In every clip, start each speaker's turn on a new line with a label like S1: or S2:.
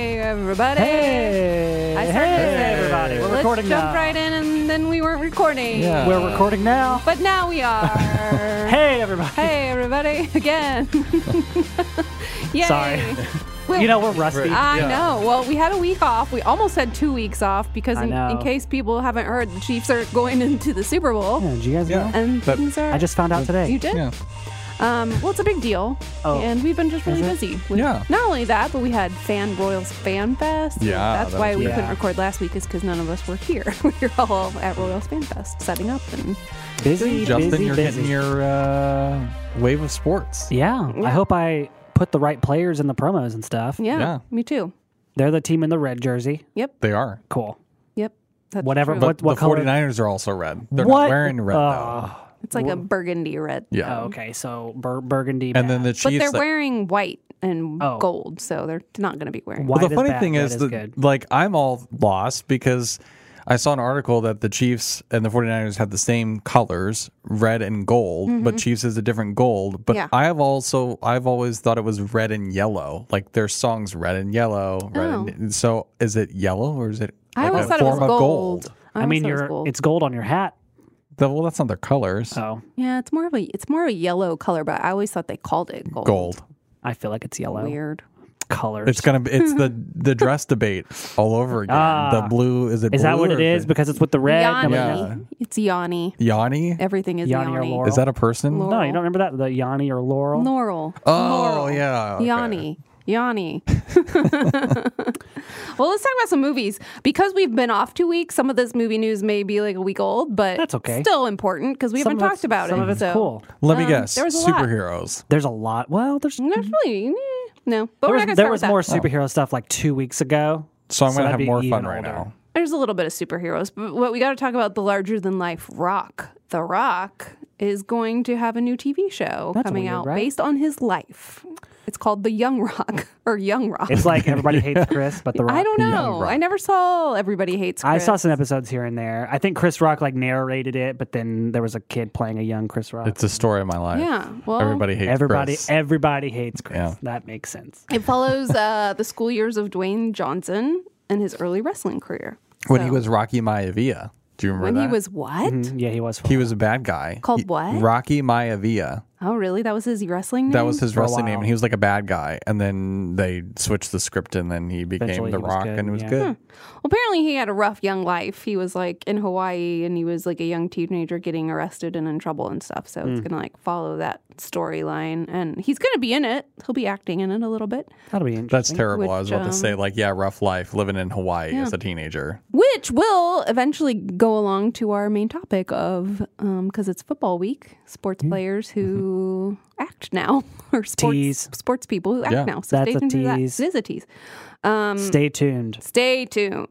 S1: everybody.
S2: Hey,
S1: I started
S2: hey.
S1: it.
S2: everybody. We're
S1: Let's
S2: recording
S1: jump
S2: now.
S1: right in, and then we weren't recording.
S3: Yeah.
S2: We're recording now.
S1: But now we are. hey.
S2: Hey, everybody.
S1: everybody, again. Yay.
S2: Sorry.
S1: Well,
S2: You know, we're rusty.
S1: I
S3: Yeah.
S1: know. Well, we had a week off. We almost had two weeks off because,
S2: I
S1: in,
S2: know.
S1: in case people haven't heard, the Chiefs are going into the Super Bowl.
S2: Yeah, did you guys
S3: Yeah.
S2: know?
S1: And
S3: But
S1: things are.
S2: I just found out today.
S1: You did?
S3: Yeah.
S1: Um, well, it's a big deal,
S2: Oh.
S1: and we've been just really busy. With
S3: Yeah.
S1: Not only that, but we had Fan Royals Fan Fest.
S3: Yeah,
S1: That's
S3: that
S1: why
S3: was
S1: we
S3: big.
S1: couldn't
S2: Yeah.
S1: record last week, is because none of us were here. we were all at Royals Fan Fest setting up, and
S2: Busy,
S3: Justin,
S2: busy,
S3: you're
S2: busy.
S3: getting your uh, wave of sports.
S2: yeah.
S1: Yeah.
S2: I hope I put the right players in the promos and stuff.
S1: yeah,
S3: Yeah.
S1: me too.
S2: They're the team in the red jersey.
S1: Yep,
S3: They are.
S2: Cool.
S1: yep. That's
S2: Whatever-
S1: true.
S2: what-
S3: But the
S2: color-
S3: 49ers are also red. They're
S2: what?
S3: not wearing red, though.
S2: Oh,
S1: it's like a burgundy red.
S3: Yeah.
S2: oh, okay. So bur- burgundy.
S3: And
S2: bad.
S3: then the
S1: But
S3: Chiefs.
S1: they're
S3: that-
S1: wearing white and
S2: Oh.
S1: gold, so they're not going to be wearing.
S2: Why
S3: well, the Oh,
S2: does
S3: funny
S2: bad
S3: thing
S2: red
S3: is,
S2: is
S3: that,
S2: good?
S3: like, I'm all lost because I saw an article that the Chiefs and the 49ers have the same colors, red and gold, but Chiefs is a different gold. But
S1: Yeah.
S3: I have also, I've always thought it was red and yellow. Like, their song's red and yellow. Red
S1: Oh.
S3: and, so is it yellow or is it
S1: I
S3: like
S1: always
S3: a
S1: thought it was
S3: form of
S1: gold.
S3: gold?
S1: I,
S2: I
S1: always
S2: mean,
S1: thought it was
S2: you're
S1: gold.
S2: it's gold on your hat.
S3: The- well, that's not their colors.
S2: So
S1: yeah, it's more of a it's more of a yellow color, but I always thought they called it gold.
S3: gold.
S2: I feel like it's yellow.
S1: Weird.
S2: Colors.
S3: It's gonna be it's the the dress debate all over again. the
S2: Ah.
S3: blue is it?
S2: is that
S3: blue
S2: what it
S3: or
S2: is? Because it's with the red.
S1: Yanni.
S2: Nobody
S3: Yeah.
S2: knows.
S1: It's Yanni.
S3: Yanni?
S1: Everything is
S2: Yanni or
S1: Yanni.
S2: Laurel?
S3: Is that a person?
S1: Laurel.
S2: No, you don't remember that the Yanni or Laurel.
S1: Laurel.
S3: Oh
S1: Laurel.
S3: yeah, okay.
S1: Yanni. Yanni. well, let's talk about some movies. Because we've been off two weeks, some of this movie news may be like a week old, but
S2: That's okay.
S1: still important because we
S2: Some
S1: haven't
S2: of
S1: talked
S2: it's-
S1: about
S2: some
S1: it.
S2: of it's
S1: so.
S2: cool.
S3: Let me
S1: Um,
S3: guess.
S1: there was a lot.
S3: Superheroes.
S2: There's a lot. Well, there's
S1: Not really. eh, No, but
S2: there
S1: we're
S2: was,
S1: not going to
S2: there
S1: start
S2: was
S1: with
S2: more
S1: that.
S2: superhero stuff like two weeks ago.
S3: So I'm gonna
S2: that'd
S3: have
S2: be
S3: more
S2: even
S3: fun right
S2: older.
S3: now.
S1: There's a little bit of superheroes, but what we got to talk about the larger than life Rock. The Rock is going to have a new TV show
S2: That's
S1: coming
S2: weird,
S1: out
S2: right?
S1: based on his life. It's called The Young Rock or Young Rock.
S2: It's like everybody hates Chris, but the Rock.
S1: I don't
S2: hates
S1: know.
S2: Rock.
S1: I never saw Everybody Hates Chris.
S2: I saw some episodes here and there. I think Chris Rock like narrated it, but then there was a kid playing a young Chris Rock.
S3: It's a story of my life.
S1: Yeah, well-
S3: everybody hates
S2: everybody,
S3: Chris.
S2: everybody hates Chris.
S3: Yeah.
S2: That makes sense.
S1: It follows uh, the school years of Dwayne Johnson and his early wrestling career.
S3: when he
S1: So-
S3: was Rocky Maivia. Do you remember
S1: when
S3: that?
S1: he was what?
S2: Mm, Yeah, he was.
S3: he was a bad guy.
S1: Called
S3: He-
S1: what? Mm.
S3: Rocky Maivia.
S1: Oh, really? That was his wrestling name.
S3: That was his
S2: For a
S3: wrestling name,
S2: while.
S3: and he was like a bad guy. And then they switched the script, and then he became
S2: Eventually
S3: The
S2: he was
S3: Rock,
S2: good,
S3: and it was
S2: yeah.
S1: Hmm.
S3: good.
S1: Well, apparently he had a rough young life. He was like in Hawaii and he was like a young teenager getting arrested and in trouble and stuff. So it's gonna like follow that storyline, and he's gonna be in it. He'll be acting in it a little bit,
S2: That'll be interesting.
S3: That's terrible. I was
S1: Which,
S3: about
S1: um,
S3: to say, like, yeah, rough life living in Hawaii as a teenager.
S1: which will eventually go along to our main topic of because it's football week, sports
S2: Mm-hmm.
S1: players who act now or sports
S2: Tease.
S1: sports people who act
S3: Yeah.
S1: now. So
S2: That's
S1: stay
S2: a
S1: tuned to that.
S2: tease.
S1: It is a tease. Um,
S2: Stay tuned.
S1: Stay tuned.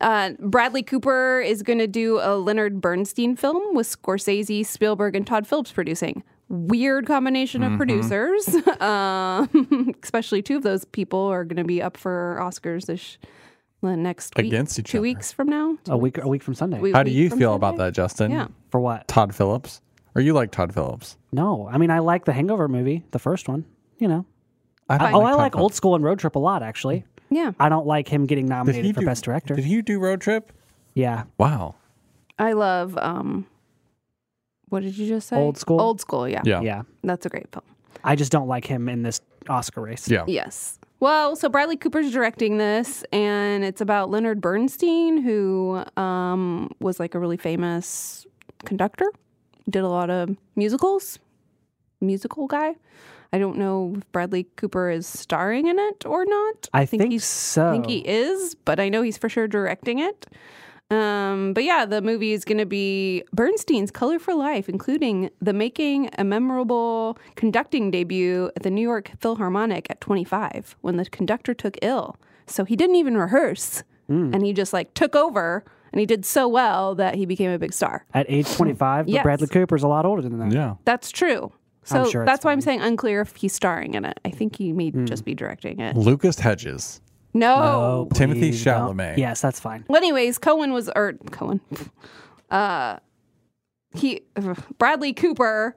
S1: Uh, Bradley Cooper is going to do a Leonard Bernstein film with Scorsese, Spielberg, and Todd Phillips producing. Weird combination
S3: Mm-hmm.
S1: of producers, um, especially two of those people are going to be up for Oscars this the next week,
S3: Against each
S1: two
S3: other.
S1: weeks from now.
S2: A week, a week from Sunday.
S1: We-
S3: How do you
S1: from
S3: feel about
S1: Sunday?
S3: that, Justin?
S1: Yeah.
S2: For what?
S3: Todd Phillips? Or you like Todd Phillips?
S2: No, I mean I like the Hangover movie, the first one. You know.
S3: I don't
S2: oh, I
S3: Todd
S2: like
S3: Phillips.
S2: Old School and Road Trip a lot. Actually,
S1: Yeah,
S2: I don't like him getting
S3: Did he
S2: nominated for
S3: do-
S2: Best Director.
S3: Did he do Road Trip?
S2: yeah,
S3: Wow.
S1: I love. Um, what did you just say?
S2: Old School?
S1: Old school. Yeah,
S3: Yeah.
S2: yeah.
S1: that's a great film.
S2: I just don't like him in this Oscar race.
S3: Yeah.
S1: Yes. Well, so Bradley Cooper's directing this, and it's about Leonard Bernstein, who um, was like a really famous conductor, did a lot of musicals, musical guy. I don't know if Bradley Cooper is starring in it or not.
S2: I think,
S1: he's
S2: so.
S1: I think he is, but I know he's for sure directing it. Um, but yeah, the movie is going to be Bernstein's Color for Life, including the making a memorable conducting debut at the New York Philharmonic at 25 when the conductor took ill. So he didn't even rehearse and he just like took over and he did so well that he became a big star.
S2: At age 25, but
S1: Yes.
S2: Bradley Cooper's a lot older than that.
S3: Yeah.
S1: That's true. So
S2: sure it's
S1: that's why I'm saying unclear if he's starring in it. I think he may just be directing it.
S3: Lucas Hedges.
S1: No.
S2: Oh, please
S3: Oh, Timothy
S2: don't.
S3: Chalamet.
S2: Yes, that's fine.
S1: Well, anyways, Cohen was or Cohen. Uh he Bradley Cooper.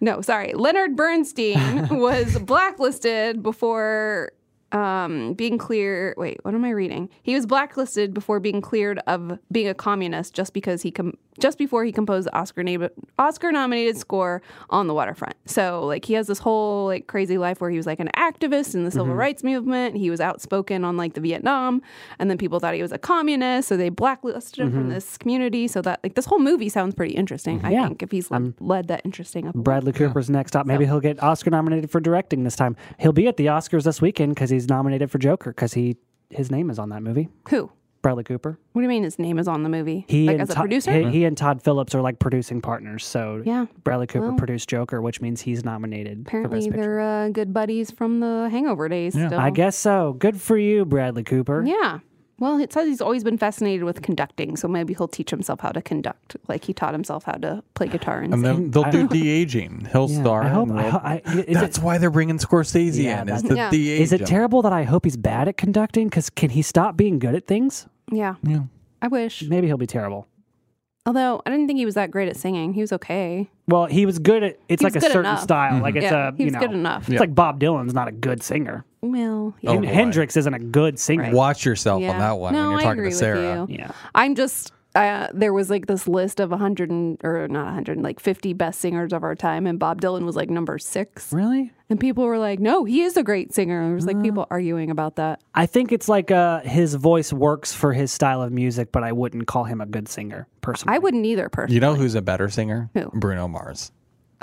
S1: no, sorry. Leonard Bernstein was blacklisted before um, being clear. Wait, what am I reading? He was blacklisted before being cleared of being a communist just because he com- just before he composed the Oscar na- Oscar nominated score on the waterfront. So like he has this whole like crazy life where he was like an activist in the civil rights movement. He was outspoken on like the Vietnam, and then people thought he was a communist, so they blacklisted him from this community. So that like this whole movie sounds pretty interesting. I
S2: Yeah.
S1: think if he's like, led that interesting up. a
S2: Bradley Cooper's next up. Maybe he'll get Oscar nominated for directing this time. He'll be at the Oscars this weekend because he's nominated for Joker because he his name is on that movie.
S1: Who?
S2: Bradley Cooper.
S1: What do you mean his name is on the movie?
S2: He
S1: like
S2: and
S1: as a
S2: Todd-
S1: producer?
S2: He, he and Todd Phillips are like producing partners. So
S1: Yeah.
S2: Bradley Cooper produced Joker, which means he's nominated. for
S1: Apparently
S2: Best Picture.
S1: they're uh, good buddies from the Hangover days. Still.
S2: I guess so. Good for you, Bradley Cooper.
S1: Yeah. Well, it says he's always been fascinated with conducting, so maybe he'll teach himself how to conduct, like he taught himself how to play guitar and
S3: And
S1: sing.
S3: then they'll do de aging. He'll star.
S2: I hope.
S3: and
S2: I,
S3: they'll-
S2: ho- I, is, it,
S3: that's why they're bringing Scorsese
S2: Yeah,
S3: in.
S2: that's-
S3: Is the
S1: Yeah.
S3: de
S2: is it terrible that I hope he's bad at conducting? Because can he stop being good at things?
S1: Yeah.
S3: Yeah.
S1: I wish.
S2: Maybe he'll be terrible.
S1: Although I didn't think he was that great at singing. He was okay.
S2: Well, he was good at. It's
S1: He
S2: like
S1: was
S2: a
S1: good
S2: certain
S1: enough.
S3: Mm-hmm.
S2: style. Like it's
S1: Yeah,
S2: a.
S1: he
S2: you
S1: was
S2: know,
S1: good enough.
S2: It's like Bob Dylan's not a good singer.
S1: Well, yeah.
S3: Oh,
S2: And
S3: boy.
S2: Hendrix isn't a good singer.
S3: Watch yourself
S1: yeah.
S3: on that one
S1: No,
S3: when you're
S1: I
S3: talking
S1: agree
S3: to
S1: with
S3: Sarah.
S1: you.
S2: Yeah.
S1: I'm just uh, there was like this list of 100 and, or not 100 like 50 best singers of our time, and Bob Dylan was like number six.
S2: Really?
S1: And people were like, no, he is a great singer. And there was like people arguing about that.
S2: I think it's like uh, his voice works for his style of music, but I wouldn't call him a good singer personally.
S1: I wouldn't either, person.
S3: You know who's a better singer?
S1: Who?
S3: Bruno Mars.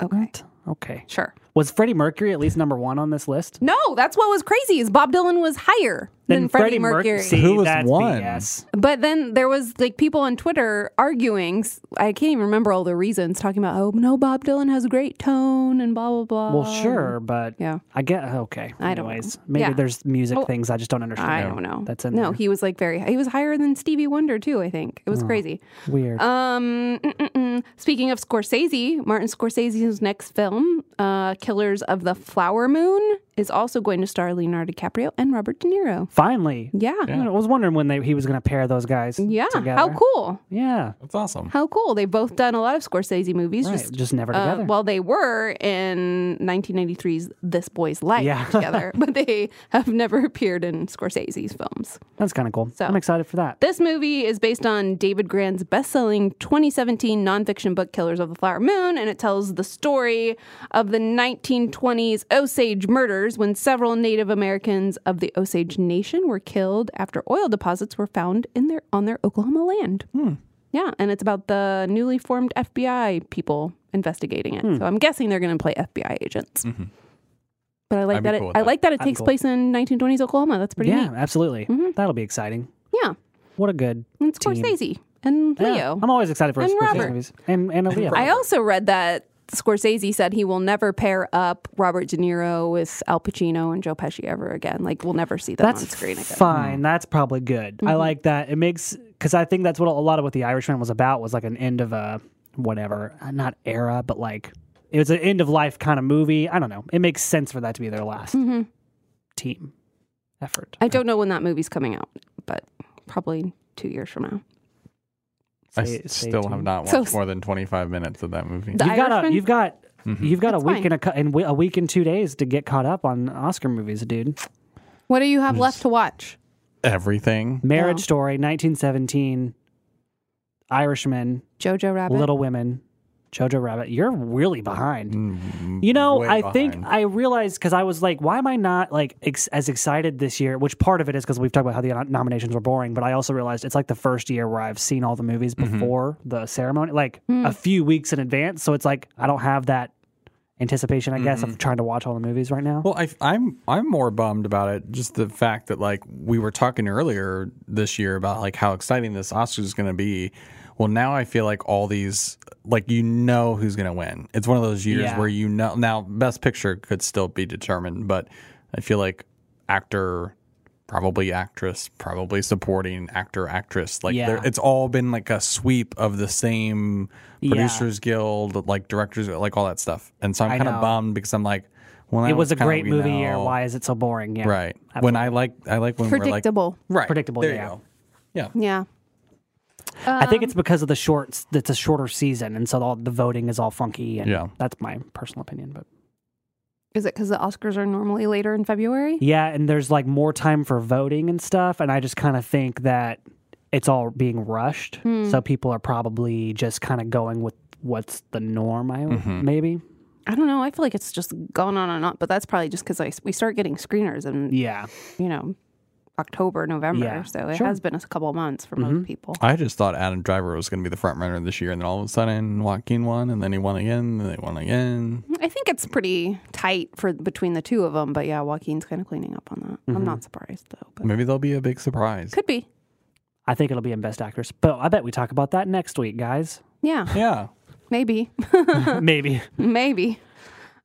S1: Okay.
S2: okay.
S1: Sure.
S2: Was Freddie Mercury at least number one on this list?
S1: No, that's what was crazy is Bob Dylan was higher than, Freddie
S2: Merc-
S1: Mercury.
S2: See,
S3: Who was
S2: that's
S3: one?
S2: BS.
S1: But then there was like people on Twitter arguing. s- I can't even remember all the reasons talking about, oh, no, Bob Dylan has great tone and blah, blah, blah.
S2: Well, sure, but
S1: Um, yeah.
S2: I get okay.
S1: I don't know.
S2: Anyways, maybe
S1: Yeah.
S2: there's music
S1: Oh,
S2: things I just don't understand.
S1: I don't know.
S2: That's in
S1: No, Oh.
S2: there.
S1: he was like very, he was higher than Stevie Wonder too, I think. It was crazy.
S2: Weird.
S1: Um, mm, mm, mm. speaking of Scorsese, Martin Scorsese's next film, uh, Killers of the Flower Moon, is also going to star Leonardo DiCaprio and Robert De Niro.
S2: Finally,
S1: Yeah.
S2: I was wondering when they, he was going to pair those guys.
S1: Yeah.
S2: together.
S1: How cool.
S2: Yeah,
S3: That's awesome.
S1: How cool. They've both done a lot of Scorsese movies.
S2: right.
S1: Just,
S2: just, never
S1: uh,
S2: together.
S1: well, they were in 1993's This Boy's Life
S2: Yeah.
S1: together, but they have never appeared in Scorsese's films.
S2: That's kind of cool. I'm excited for that.
S1: This movie is based on David Grand's best-selling 2017 nonfiction book Killers of the Flower Moon, and it tells the story of the 1920s Osage murders when several Native Americans of the Osage Nation were killed after oil deposits were found in their on their Oklahoma land.
S3: Hmm.
S1: Yeah, and it's about the newly formed FBI people investigating
S3: Hmm.
S1: it. So I'm guessing they're going to play FBI agents. But I like
S3: Mm-hmm. I'd be
S1: that.
S3: cool
S1: it,
S3: with
S1: I
S3: that.
S1: like that it
S2: I'm
S1: takes
S2: cool.
S1: place in 1920s Oklahoma. That's pretty
S2: Yeah,
S1: neat. Mm-hmm.
S2: absolutely. That'll be exciting.
S1: Yeah,
S2: What a good.
S1: and
S2: team.
S1: Scorsese and Leo.
S2: Yeah, I'm always excited for
S1: And
S2: Scorsese
S1: Robert.
S2: movies and and Aaliyah.
S1: I also read that Scorsese said he will never pair up Robert De Niro with Al Pacino and Joe Pesci ever again. Like we'll never see them
S2: that's
S1: on screen again.
S2: fine. That's probably good.
S1: Mm-hmm.
S2: I like that. It makes because I think that's what a lot of what the Irishman was about was like an end of a whatever, uh, not era, but like it was an end of life kind of movie. I don't know. It makes sense for that to be their last team effort.
S1: Mm-hmm. I don't know when that movie's coming out, but probably two years from now.
S3: I
S2: Stay-
S3: s-
S2: stay
S3: still have
S2: tuned.
S3: not
S1: So-
S3: watched more than 25 minutes of that movie.
S1: The
S2: You've got a
S1: Irishman?
S2: you've got you've got
S1: That's
S2: a week
S1: fine.
S2: and a cu- and wi- a week and two days to get caught up on Oscar movies, dude.
S1: What do you have left to watch?
S3: Everything.
S2: Marriage
S1: Wow.
S2: Story, 1917, Irishman,
S1: Jojo Rabbit.
S2: Little Women, Jojo Rabbit. You're really behind. You know,
S3: Mm-hmm. way
S2: I think
S3: behind.
S2: I realized because I was like, why am I not like ex- as excited this year? Which part of it is because we've talked about how the nom- nominations were boring, but I also realized it's like the first year where I've seen all the movies
S3: Mm-hmm.
S2: before the ceremony, like a few weeks in advance. So it's like I don't have that anticipation, I guess, of trying to watch all the movies right now.
S3: Mm-hmm. Well, I, I'm I'm more bummed about it. Just the fact that like we were talking earlier this year about like how exciting this Oscars is going to be. Well, now I feel like all these like you know who's going to win. It's one of those years
S2: Yeah.
S3: where you know now Best Picture could still be determined, but I feel like actor, probably actress, probably supporting actor actress. Like
S2: Yeah.
S3: there it's all been like a sweep of the same producers guild, like directors, like all that stuff. And so I'm
S2: I
S3: kind
S2: know.
S3: of bummed because I'm like. Well,
S2: it was a
S3: kinda
S2: great
S3: we
S2: movie
S3: know.
S2: year. Why is it so boring? Yeah.
S3: Right. When I like, I like when
S1: Predictable.
S3: we're like right
S2: Predictable,
S3: There
S2: yeah.
S3: you go. Yeah.
S1: yeah.
S2: I
S1: Um,
S2: think it's because of the shorts. That's a shorter season, and so all the voting is all funky. And
S3: Yeah.
S2: that's my personal opinion. But
S1: Is it because the Oscars are normally later in February?
S2: Yeah, and there's like more time for voting and stuff. And I just kind of think that it's all being rushed. So people are probably just kind of going with what's the norm, I maybe.
S1: I don't know. I feel like it's just gone on and on, but that's probably just because we start getting screeners in,
S2: Yeah.
S1: you know, October, November.
S2: Yeah,
S1: So it
S2: sure. Mm-hmm.
S1: has been a couple of months for most people.
S3: I just thought Adam Driver was going to be the front runner this year, and then all of a sudden Joaquin won, and then he won again, and then he won again.
S1: I think it's pretty tight for between the two of them, but yeah, Joaquin's kind of cleaning up on that.
S2: Mm-hmm.
S1: I'm not surprised though, but
S3: Maybe there'll be a big surprise.
S1: could be.
S2: I think it'll be in Best Actress. But I bet we talk about that next week, guys.
S1: Yeah,
S3: Yeah.
S1: maybe.
S2: Maybe.
S1: Maybe.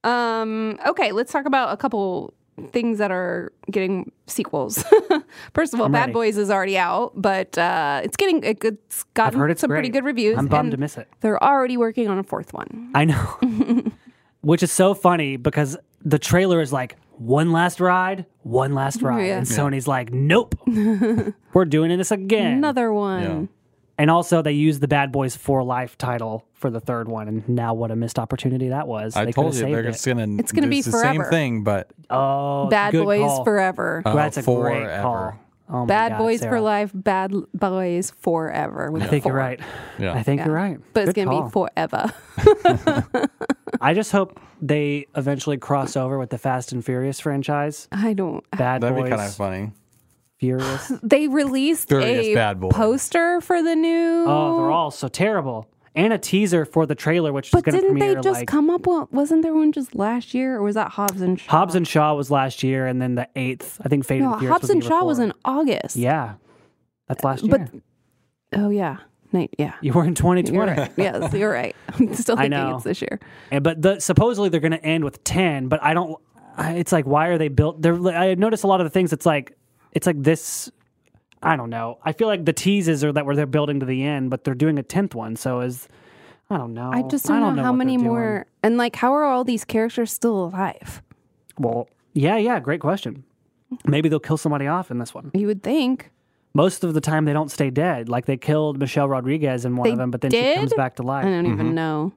S1: Um, okay, let's talk about a couple things that are getting sequels. First of all, Bad
S2: ready.
S1: Boys is already out, but uh, it's getting it- it's gotten
S2: heard it's
S1: some pretty
S2: great.
S1: good reviews.
S2: I'm bummed
S1: and
S2: to miss it.
S1: They're already working on a fourth one.
S2: I know. Which is so funny because the trailer is like one last ride, one last ride.
S1: Yeah.
S2: And Sony's like, nope. We're doing this again.
S1: Another
S3: Yeah.
S1: one.
S2: And also, they used the Bad Boys for Life title for the third one, and now what a missed opportunity that was.
S3: I
S2: they
S3: told
S2: could've
S3: you they're
S2: saved
S3: just going to.
S1: It's gonna be
S3: the
S1: forever.
S3: same thing, but
S2: Oh,
S1: Bad
S2: good
S1: Boys
S2: call.
S1: Forever.
S3: Uh,
S2: That's a great
S3: Forever.
S2: call. Oh my
S1: Bad
S2: God,
S1: Boys for
S2: Sarah.
S1: Life, Bad L- Boys Forever. with
S2: I
S1: a
S2: think
S1: four.
S2: you're right.
S3: yeah,
S2: I think you're right.
S1: But it's
S2: Good
S1: going to
S2: call.
S1: be forever.
S2: I just hope they eventually cross over with the Fast and Furious franchise.
S1: I don't.
S2: Bad
S3: that'd
S2: Boys
S3: be kind of funny.
S2: Furious.
S1: They released
S3: Furious
S1: a
S3: Bad Boy.
S1: poster for the new.
S2: oh, they're all so terrible. And a teaser for the trailer, which
S1: But
S2: is going to
S1: didn't
S2: premiere
S1: they just
S2: like
S1: come up? Well, wasn't there one just last year, or was that Hobbs and Shaw?
S2: Hobbs and Shaw was last year, and then the eighth, I think, Fate
S1: no,
S2: of the Furious
S1: Hobbs
S2: was the
S1: and
S2: year
S1: Shaw was
S2: before.
S1: in August.
S2: Yeah, that's last year.
S1: but oh yeah, Night, yeah,
S2: you were in 2020.
S1: you're right. yes, you're right. I'm still
S2: I
S1: thinking
S2: know.
S1: it's this year.
S2: And, but the, supposedly they're going to end with ten. But I don't. I, it's like why are they built? They're, I notice a lot of the things. It's like it's like this. I don't know. I feel like the teases are that where they're building to the end, but they're doing a tenth one. So is I don't know.
S1: I just don't, know, how
S2: what
S1: many
S2: they're doing.
S1: more, and like, how are all these characters still alive?
S2: Well, yeah, yeah. Great question. Maybe they'll kill somebody off in this one.
S1: You would think.
S2: Most of the time, they don't stay dead. Like they killed Michelle Rodriguez in one
S1: They
S2: of them, but then
S1: did? Uh-huh.
S2: she comes back to life.
S1: I don't even know.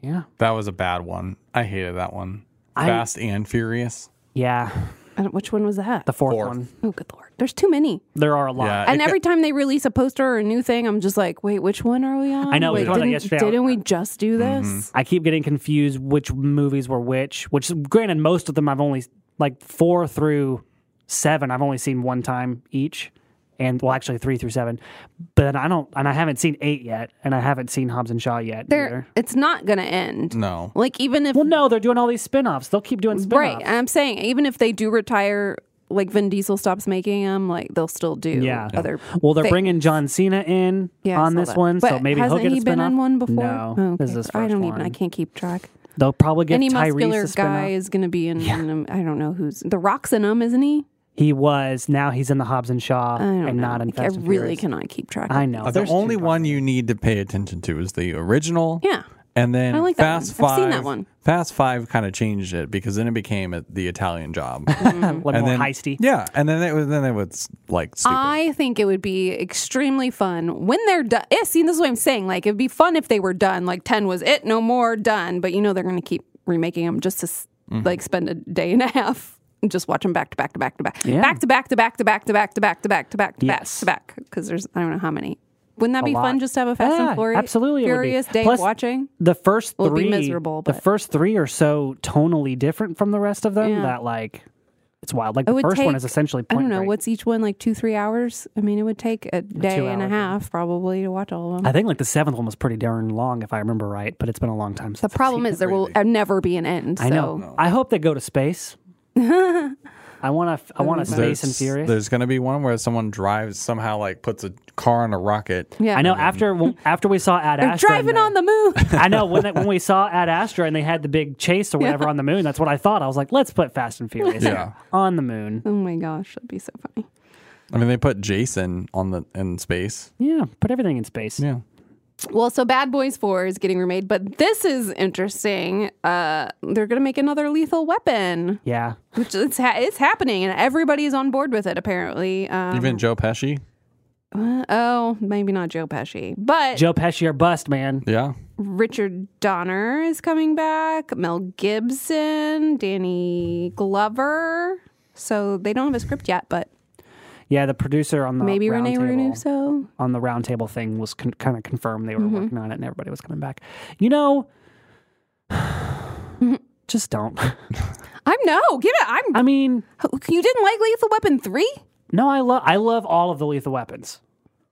S2: Yeah,
S3: That was a bad one. I hated that one.
S2: I-
S3: Fast and Furious.
S2: yeah.
S1: I don't, which one was that?
S2: The fourth,
S3: Fourth.
S2: one.
S1: oh, good lord, there's too many.
S2: There are a lot.
S3: Yeah,
S1: And
S3: it-
S1: every time they release a poster or a new thing, I'm just like, wait, which one are we on?
S2: I know, we
S1: Wait,
S2: talked about
S1: didn't,
S2: yesterday.
S1: didn't we just do this?
S2: I keep getting confused which movies were which. Which, granted, most of them I've only like four through seven. I've only seen one time each, and well, actually three through seven. But I don't, and I haven't seen eight yet, and I haven't seen Hobbs and Shaw yet.
S1: There,
S2: either.
S1: it's not gonna end.
S3: no.
S1: Like even if
S2: Well, no, they're doing all these spin-offs. They'll keep doing spin-offs.
S1: Right. I'm saying even if they do retire, like Vin Diesel stops making them, like they'll still do
S2: Yeah.
S1: other.
S2: Well, they're
S1: thing.
S2: bringing John Cena in
S1: Yeah, I
S2: on
S1: saw
S2: this
S1: that.
S2: one, so
S1: But
S2: maybe
S1: hasn't
S2: he'll get a
S1: he been
S2: spin-off.
S1: on one before?
S2: No,
S1: Oh, okay.
S2: this is his first
S1: I don't
S2: one.
S1: even. I can't keep track.
S2: They'll probably give
S1: Any
S2: Tyrese
S1: muscular
S2: a spin-off.
S1: guy is going to be in. in I don't know who's the Rock's in them, isn't he?
S2: He was. Now he's in the Hobbs and Shaw,
S1: I don't
S2: and
S1: know.
S2: not in.
S1: Like, I
S2: Fast and
S1: really
S2: Furious.
S1: cannot keep track.
S2: I know.
S3: the
S2: There's two
S3: only one you need to pay attention to is the original.
S1: Yeah.
S3: And then
S1: I like that
S3: Fast
S1: one. I've
S3: Five.
S1: seen that one.
S3: Fast Five kind of changed it because then it became a, the Italian job.
S2: like
S3: and
S2: more
S3: then
S2: heisty.
S3: Yeah, and then it was then it was like stupid.
S1: I think it would be extremely fun when they're done. Yeah, see, this is what I'm saying. Like, it'd be fun if they were done. Like, 10 was it, no more, done. But you know, they're going to keep remaking them just to, s
S2: Mm-hmm.
S1: like, spend a day and a half and just watch them back to back to back to back.
S2: Yeah.
S1: Back to back to back to back to back to back to back to back to back
S2: Yes.
S1: to back. Because there's, I don't know how many. Wouldn't that be fun
S2: lot.
S1: just to have a Fast
S2: Yeah,
S1: and Furious,
S2: absolutely it would be.
S1: furious day
S2: Plus-
S1: of watching?
S2: The first
S1: Will be
S2: three,
S1: miserable,
S2: the
S1: but-
S2: first three are so tonally different from the rest of them
S1: Yeah.
S2: that like it's wild. Like
S1: It
S2: the
S1: would
S2: first one
S1: take-
S2: is essentially
S1: I
S2: point
S1: don't know.
S2: Break.
S1: What's each one? Like two, three hours? I mean, it would take a day and a
S2: hours,
S1: half probably to watch all of them.
S2: I think like the seventh one was pretty darn long if I remember right, but it's been a long time.
S1: the
S2: Since
S1: problem is there will never be an end. So.
S2: I know. I hope they go to space. I want to. I want a space and furious.
S3: There's going to be one where someone drives somehow like puts a car on a rocket.
S1: Yeah.
S2: I know. After after we saw Ad
S1: They're
S2: Astra, in
S1: driving
S2: there-
S1: on the moon.
S2: I know when, when we saw Ad Astra and they had the big chase or whatever on the moon. That's what I thought. I was like, let's put Fast and Furious
S3: Yeah.
S2: here on the moon.
S1: oh my gosh, that'd be so funny.
S3: I mean, they put Jason on the in space.
S2: Yeah, put everything in space.
S3: Yeah.
S1: Well, so Bad Boys 4 is getting remade, but this is interesting. Uh, they're going to make another Lethal Weapon,
S2: Yeah.
S1: which it's, ha- it's happening, and everybody's on board with it, apparently. Um,
S3: Even Joe Pesci.
S1: Uh, oh, maybe not Joe Pesci, but
S2: Joe Pesci or bust, man.
S3: Yeah.
S1: Richard Donner is coming back, Mel Gibson, Danny Glover. So they don't have a script yet, but
S2: Yeah, the producer on the
S1: maybe
S2: round
S1: Renee
S2: table-
S1: Russo. Mm-hmm.
S2: on the roundtable thing was con- kind of confirmed they were working on it and everybody was coming back. You know, just don't.
S1: I'm no, give it. I'm.
S2: I mean,
S1: you didn't like Lethal Weapon three?
S2: no, I love I love all of the Lethal Weapons.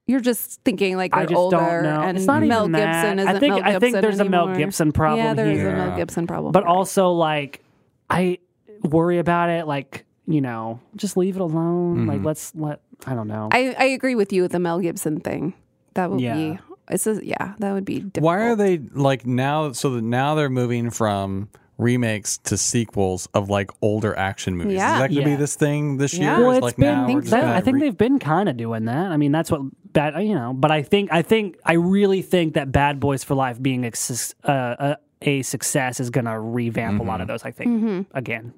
S1: You're just thinking like
S2: I
S1: they're
S2: just
S1: older
S2: don't know.
S1: and
S2: It's not
S1: Mel
S2: even that.
S1: Gibson isn't
S2: I think
S1: Mel
S2: I
S1: Gibson
S2: think there's a Mel
S1: anymore.
S2: Gibson problem
S1: Yeah, there is
S2: here.
S1: a Mel Gibson problem.
S2: But also like I worry about it like, you know, just leave it alone. Like let's let I don't know.
S1: I, I agree with you with the Mel Gibson thing. That would
S2: Yeah.
S1: be it's a, yeah, that would be difficult.
S3: Why are they like now? So that now they're moving from remakes to sequels of like older action movies.
S1: Yeah.
S3: Is that going to
S2: Yeah.
S3: be this thing this
S1: Yeah.
S3: year?
S2: well,
S3: Is,
S2: it's
S3: like
S2: been.
S3: now we're
S1: think
S3: just
S1: so.
S3: gonna
S2: I think
S3: re-
S2: they've been kind of doing that. I mean, that's what bad. You know, but I think I think I really think that Bad Boys for Life being a sus- uh, a, a success is going to revamp a lot of those. I think
S3: Mm-hmm.
S2: again.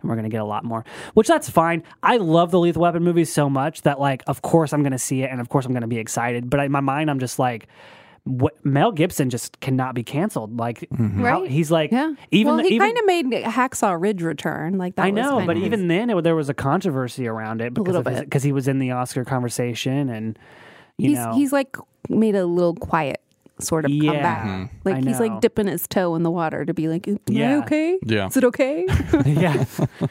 S2: And we're gonna get a lot more, which that's fine. I love the Lethal Weapon movies so much that, like, of course I'm gonna see it, and of course I'm gonna be excited. But in my mind, I'm just like, what, Mel Gibson just cannot be canceled. Like, how-
S1: Right.
S2: he's like,
S1: Yeah.
S2: even
S1: well,
S2: the-
S1: he
S2: even,
S1: kind of made Hacksaw Ridge return. Like that
S2: I
S1: was
S2: know,
S1: kind
S2: but
S1: of
S2: even then, it, there was a controversy around it because
S1: little
S2: of his-
S1: bit.
S2: 'cause he was in the Oscar conversation, and you
S1: he's
S2: know,
S1: he's like made a little quiet sort of
S2: Yeah. Mhm.
S3: Mm-hmm.
S1: comeback. Like
S2: I
S1: he's
S2: know.
S1: like dipping his toe in the water to be like, "Am I
S2: Yeah.
S1: okay?
S3: Yeah.
S1: Is it okay?"
S2: yeah, It's just
S1: people
S2: kinda
S1: have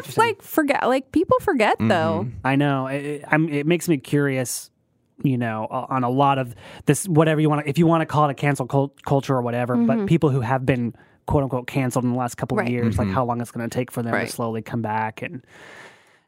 S2: interesting.
S1: like forget like people forget
S3: Mm-hmm.
S1: though.
S2: I know, it, it, I'm, it makes me curious. You know, o- on a lot of this, whatever you want, to if you want to call it a cancel cult- culture or whatever, but people who have been quote unquote canceled in the last couple of
S1: Mm-hmm. Right.
S2: years, like how long it's going to take for them
S1: Right.
S2: to slowly come back, and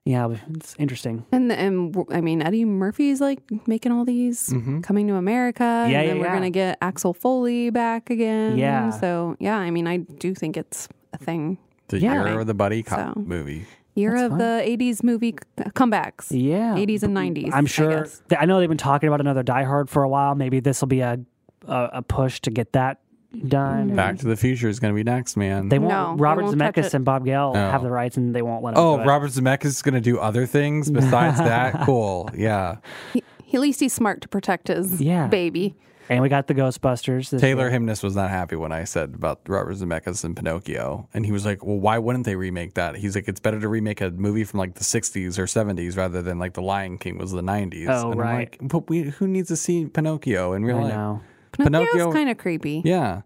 S2: yeah, it's interesting.
S1: And and w- I mean Eddie Murphy's like making all these coming to America. and
S2: Mm-hmm. Yeah,
S1: then
S2: yeah,
S1: we're
S2: yeah.
S1: gonna get Axel Foley back again.
S2: Yeah.
S1: So yeah, I mean I do think it's a thing.
S3: the
S2: Yeah.
S3: year of the buddy cop
S1: So.
S3: movie.
S1: Year of the '80s movie c- uh, comebacks.
S2: Yeah,
S1: '80s and '90s.
S2: I'm
S1: I
S2: sure.
S1: guess.
S2: th- I, know they've been talking about another Die Hard for a while. Maybe this will be a, a a push to get that done.
S3: Back to the Future is going to be next, man.
S2: Mm. They won't.
S1: Mm. No, they
S2: Robert
S1: won't touch
S2: Zemeckis
S1: it.
S2: and Bob Gale
S3: No.
S2: have the rights, and they won't let. Them
S3: oh,
S2: do it.
S3: Robert Zemeckis is going to do other things besides that. Cool. Yeah.
S1: He- at least he's smart to protect his
S2: Yeah.
S1: baby.
S2: And we got the Ghostbusters. this
S3: Taylor
S2: year.
S3: Hymnus was not happy when I said about Robert Zemeckis and Pinocchio, and he was like, "Well, why wouldn't they remake that?" He's like, "It's better to remake a movie from like the '60s or '70s rather than like The Lion King was the '90s."
S2: Oh,
S3: and
S2: right.
S3: I'm like, but we, who needs to see Pinocchio in real
S2: I
S3: life?
S2: know.
S1: Pinocchio's kind of creepy.
S3: yeah,